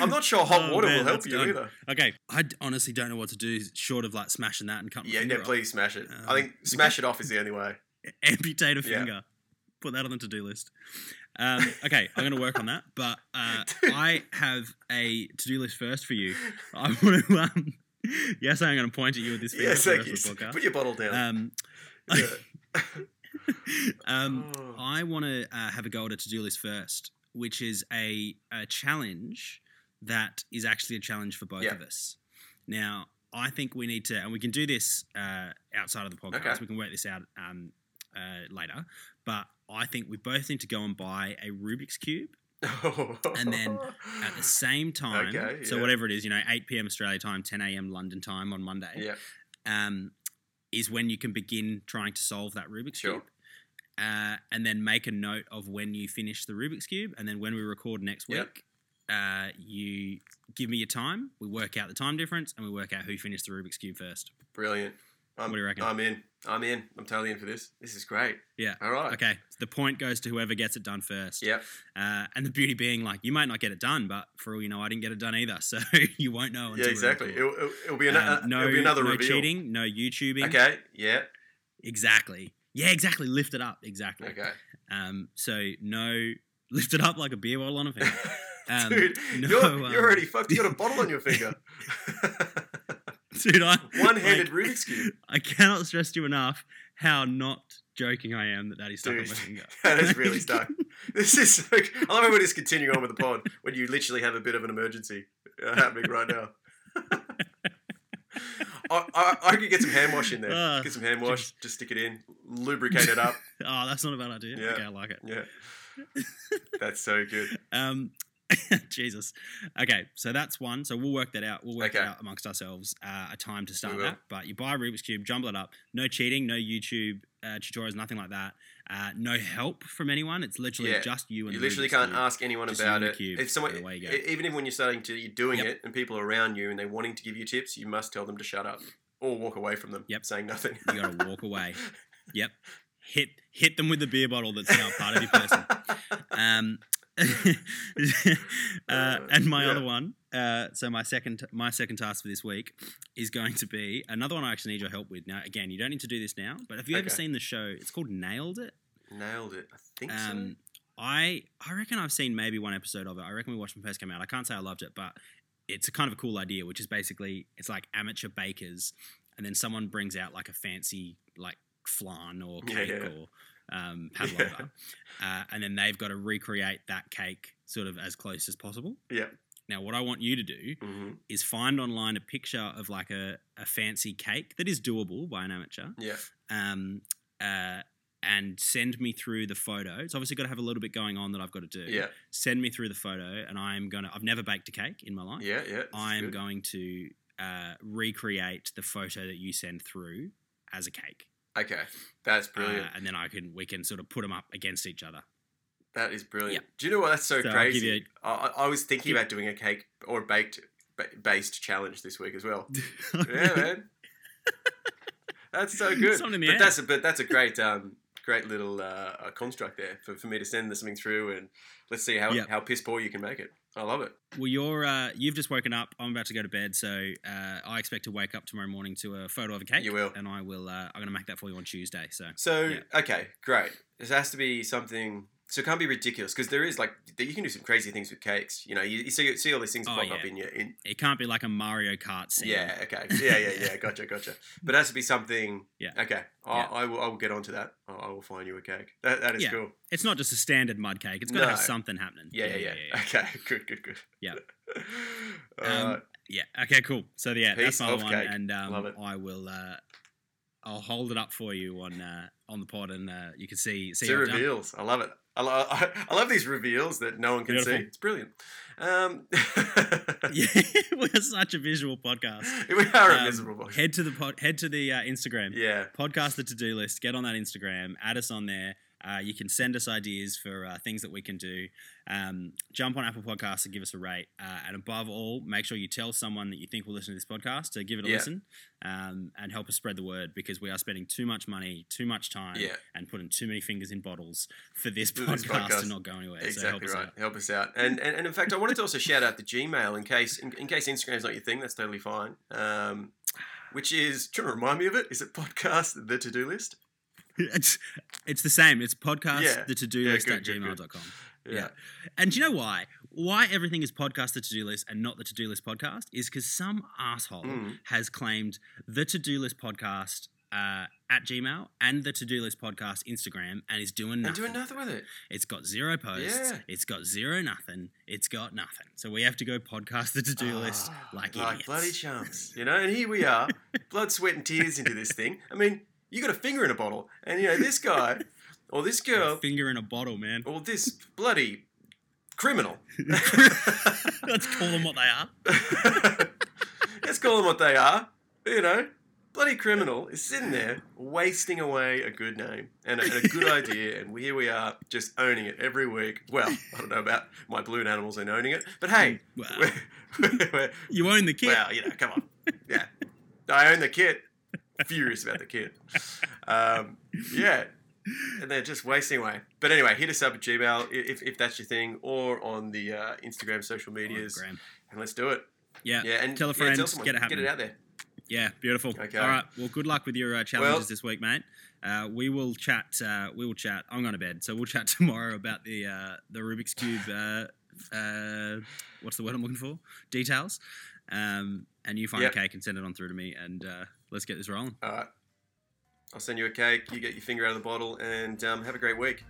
I'm not sure hot
Oh,
water
man,
will help
that's
you
done.
either.
okay, I d- honestly don't know what to do short of like smashing that and cutting. my
Yeah,
finger
yeah.
off.
Please smash it.
Um,
I think smash it off is the only way.
amputate a
Yeah.
finger. Put that on the to-do list. Um, okay, I'm going to work on that. But uh, I have a to-do list first for you. I want to. Um, yes, I'm going to point at you with this finger.
Yes,
for the
thank you.
rest of the podcast.
Put your bottle down.
Um, um,
Oh.
I want to uh, have a go at a to-do list first, which is a, a challenge that is actually a challenge for both
Yeah.
of us. Now, I think we need to, and we can do this uh, outside of the podcast.
Okay.
We can work this out um, uh, later. But I think we both need to go and buy a Rubik's cube and then at the same time.
Okay,
so
yeah.
whatever it is, you know, 8 p.m. Australia time, 10 a.m. London time on Monday
yeah,
um, is when you can begin trying to solve that Rubik's
Sure.
cube, uh, and then make a note of when you finish the Rubik's cube, and then when we record next
Yep.
week, uh, you give me your time. We work out the time difference, and we work out who finished the Rubik's cube first.
brilliant. I'm,
What do you reckon?
I'm in. I'm in. I'm totally in for this. This is great.
Yeah.
All right.
Okay, the point goes to whoever gets it done first.
Yep.
Uh, and the beauty being, like, you might not get it done, but for all you know, I didn't get it done either, so you won't know.
Yeah,
Until we
exactly.
record.
It'll, it'll, it'll be, an,
Um, no,
it'll be another
no
reveal.
cheating, no YouTubing.
Okay. Yeah.
Exactly. Yeah, exactly. Lift it up. Exactly.
Okay.
Um, so no, lift it up like a beer bottle on a finger. Um,
Dude,
no,
you're,
um,
you're already fucked. You got a bottle on your finger.
dude, I
One-handed
like,
Rubik's cube.
I cannot stress to you enough how not joking I am that that is stuck on
Dude.
my finger.
That is really stuck. This is. So, I love how we just continue on with the pod when you literally have a bit of an emergency uh, happening right now. I, I, I could get some hand wash in there.
Ah,
get some hand wash. Just, stick it in. Lubricate it up.
Oh, that's not a bad idea.
Yeah.
Okay, I like it.
Yeah. That's so good.
Um, Jesus. Okay, so that's one. So we'll work that out. We'll work
Okay.
that out amongst ourselves. Uh, a time to start
will.
that. But you buy a Rubik's cube, jumble it up. No cheating. No YouTube uh, tutorials. Nothing like that. Uh, no help from anyone. It's literally
Yeah.
just you and
You
the
literally
Rubik's
can't
cube.
ask anyone
Just
about
you and
it.
the cube,
If someone,
and away you go.
e- even if when you're starting to, you're doing
Yep.
it, and people are around you and they're wanting to give you tips, you must tell them to shut up or walk away from them,
Yep.
saying nothing.
you gotta walk away. Yep. Hit hit them with the beer bottle that's now part of your person. Um, uh, and my
yeah.
other one, uh, so my second my second task for this week is going to be another one I actually need your help with. Now, again, you don't need to do this now, but have you ever
Okay.
seen the show? It's called Nailed It.
Nailed it. I think
Um, I I reckon I've seen maybe one episode of it. I reckon we watched when it first came out. I can't say I loved it, but it's a kind of a cool idea, which is basically it's like amateur bakers, and then someone brings out like a fancy like flan or
Yeah,
cake
yeah.
or um, pavlova, uh, and then they've got to recreate that cake sort of as close as possible.
Yeah.
Now, what I want you to do
so. Mhm.
is find online a picture of like a, a fancy cake that is doable by an amateur,
Yeah.
um, uh, and send me through the photo. It's obviously got to have a little bit going on that I've got to do.
Yeah.
Send me through the photo, and I'm gonna. I've never baked a cake in my life.
Yeah. Yeah.
I am going to uh, recreate the photo that you send through as a cake,
Okay. That's
Uh,
brilliant.
and then I can we can sort of put them up against each other.
that is brilliant. Do you know what? That's so,
So I'll give
crazy.
you
I, I- I was thinking
Give-
about doing a cake or baked ba- based challenge this week as well. yeah, man. That's so good.
Something in the
but
air.
that's a but that's a great um great little uh, uh, construct there for, for me to send this something through and let's see how
Yep.
how piss poor you can make it. I love it.
Well, you're uh, you've just woken up. I'm about to go to bed, so uh, I expect to wake up tomorrow morning to a photo of a cake.
You will.
and I will. Uh, I'm going to make that for you on Tuesday. So
So
Yeah.
okay, great. This has to be something. So it can't be ridiculous because there is like you can do some crazy things with cakes. You know, you, you see see all these things
Oh,
pop up
yeah.
in your in.
it can't be like a Mario Kart. Sound.
Yeah. Okay. Yeah. Yeah. Yeah. Gotcha. Gotcha. But it has to be something.
Yeah.
Okay. I,
Yeah.
I will. I will get onto that. I, I will find you a cake. That, that is
Yeah.
cool.
It's not just a standard mud cake. It's got to have
No.
something happening.
Yeah, yeah, yeah.
yeah,
Okay, good, good, Uh, good.
Yeah. Um,
All right.
yeah. Yeah, Okay, cool. So yeah,
Piece
that's my
of
one,
cake.
and um,
Love it.
I will. Uh, I'll hold it up for you on uh, on the pod, and uh, you can see see.
Two
how I've done.
reveals. I love it. I, lo- I, I love these reveals that no one can see.
Beautiful.
It's brilliant. Um,
Yeah, we're such a visual podcast.
we are a
Um,
miserable bunch.
Head to the pod. Head to the uh, Instagram.
Yeah,
Podcast the to do list. Get on that Instagram. Add us on there. Uh, you can send us ideas for uh, things that we can do. Um, jump on Apple Podcasts and give us a rate. Uh, and above all, make sure you tell someone that you think will listen to this podcast to give it a
Yeah.
listen um, and help us spread the word because we are spending too much money, too much time,
Yeah.
and putting too many fingers in bottles for this,
For
podcast,
this podcast.
to not go anywhere. so help
Exactly
us
right.
out.
Help us out. And, and and in fact, I wanted to also shout out the Gmail in case in, in case Instagram's not your thing. That's totally fine. Um, which is trying to remind me of it. Is it podcast the to do list?
it's, it's the same. It's podcast,
Yeah.
the to do
Yeah,
list
good,
at
good, good.
gmail.com. Yeah. And do you know why? Why everything is podcast the to do list and not the to do list podcast is because some asshole
Mm.
has claimed the to do list podcast uh, at Gmail and the to do list podcast Instagram and is doing
And
nothing.
do another with it.
It's got zero posts.
Yeah.
It's got zero nothing. It's got nothing. So we have to go podcast the to do list
Ah,
like, idiots.
bloody chumps, you know. And here we are, blood, sweat, and tears into this thing. I mean, you got a finger in a bottle, and you know this guy or this girl
Finger in a bottle, man.
or this bloody criminal.
Let's call them what they are.
Let's call them what they are. You know, bloody criminal is sitting there wasting away a good name and a, and a good idea, and here we are just owning it every week. Well, I don't know about my balloon animals and owning it, but hey,
Well,
we're, we're,
you own the kit.
well, you know, come on. Yeah. I own the kit. Furious about the kit. Um, yeah. And they're just wasting away. But anyway, hit us up at Gmail i- if, if that's your thing or on the uh, Instagram social
Oh,
medias.
Graham.
and let's do it.
Yeah.
Yeah. And
Tell a
yeah,
friend,
someone.
get it happening.
out there.
Yeah, beautiful.
Okay.
All right. Well, good luck with your uh, challenges
Well-
this week, mate. Uh, we will chat. Uh, we will chat. I'm going to bed, so we'll chat tomorrow about the uh, the Rubik's cube. Uh, uh, what's the word I'm looking for? Details. Um, and you find
Yep.
a cake and send it on through to me, and uh, let's get this rolling.
All right. I'll send you a cake. You get your finger out of the bottle and um, have a great week.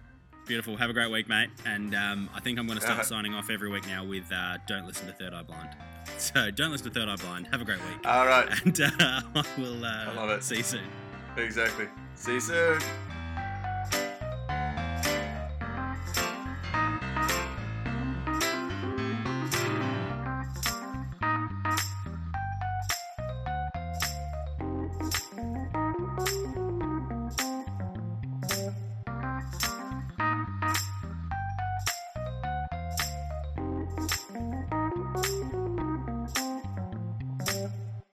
Beautiful. Have a great week, mate. And um, I think I'm going to start
Uh-huh.
signing off every week now with uh, "Don't listen to Third Eye Blind." So don't listen to Third Eye Blind. Have a great week,
All right.
and uh, I will. Uh, I
love it.
See you soon.
Exactly. See you soon.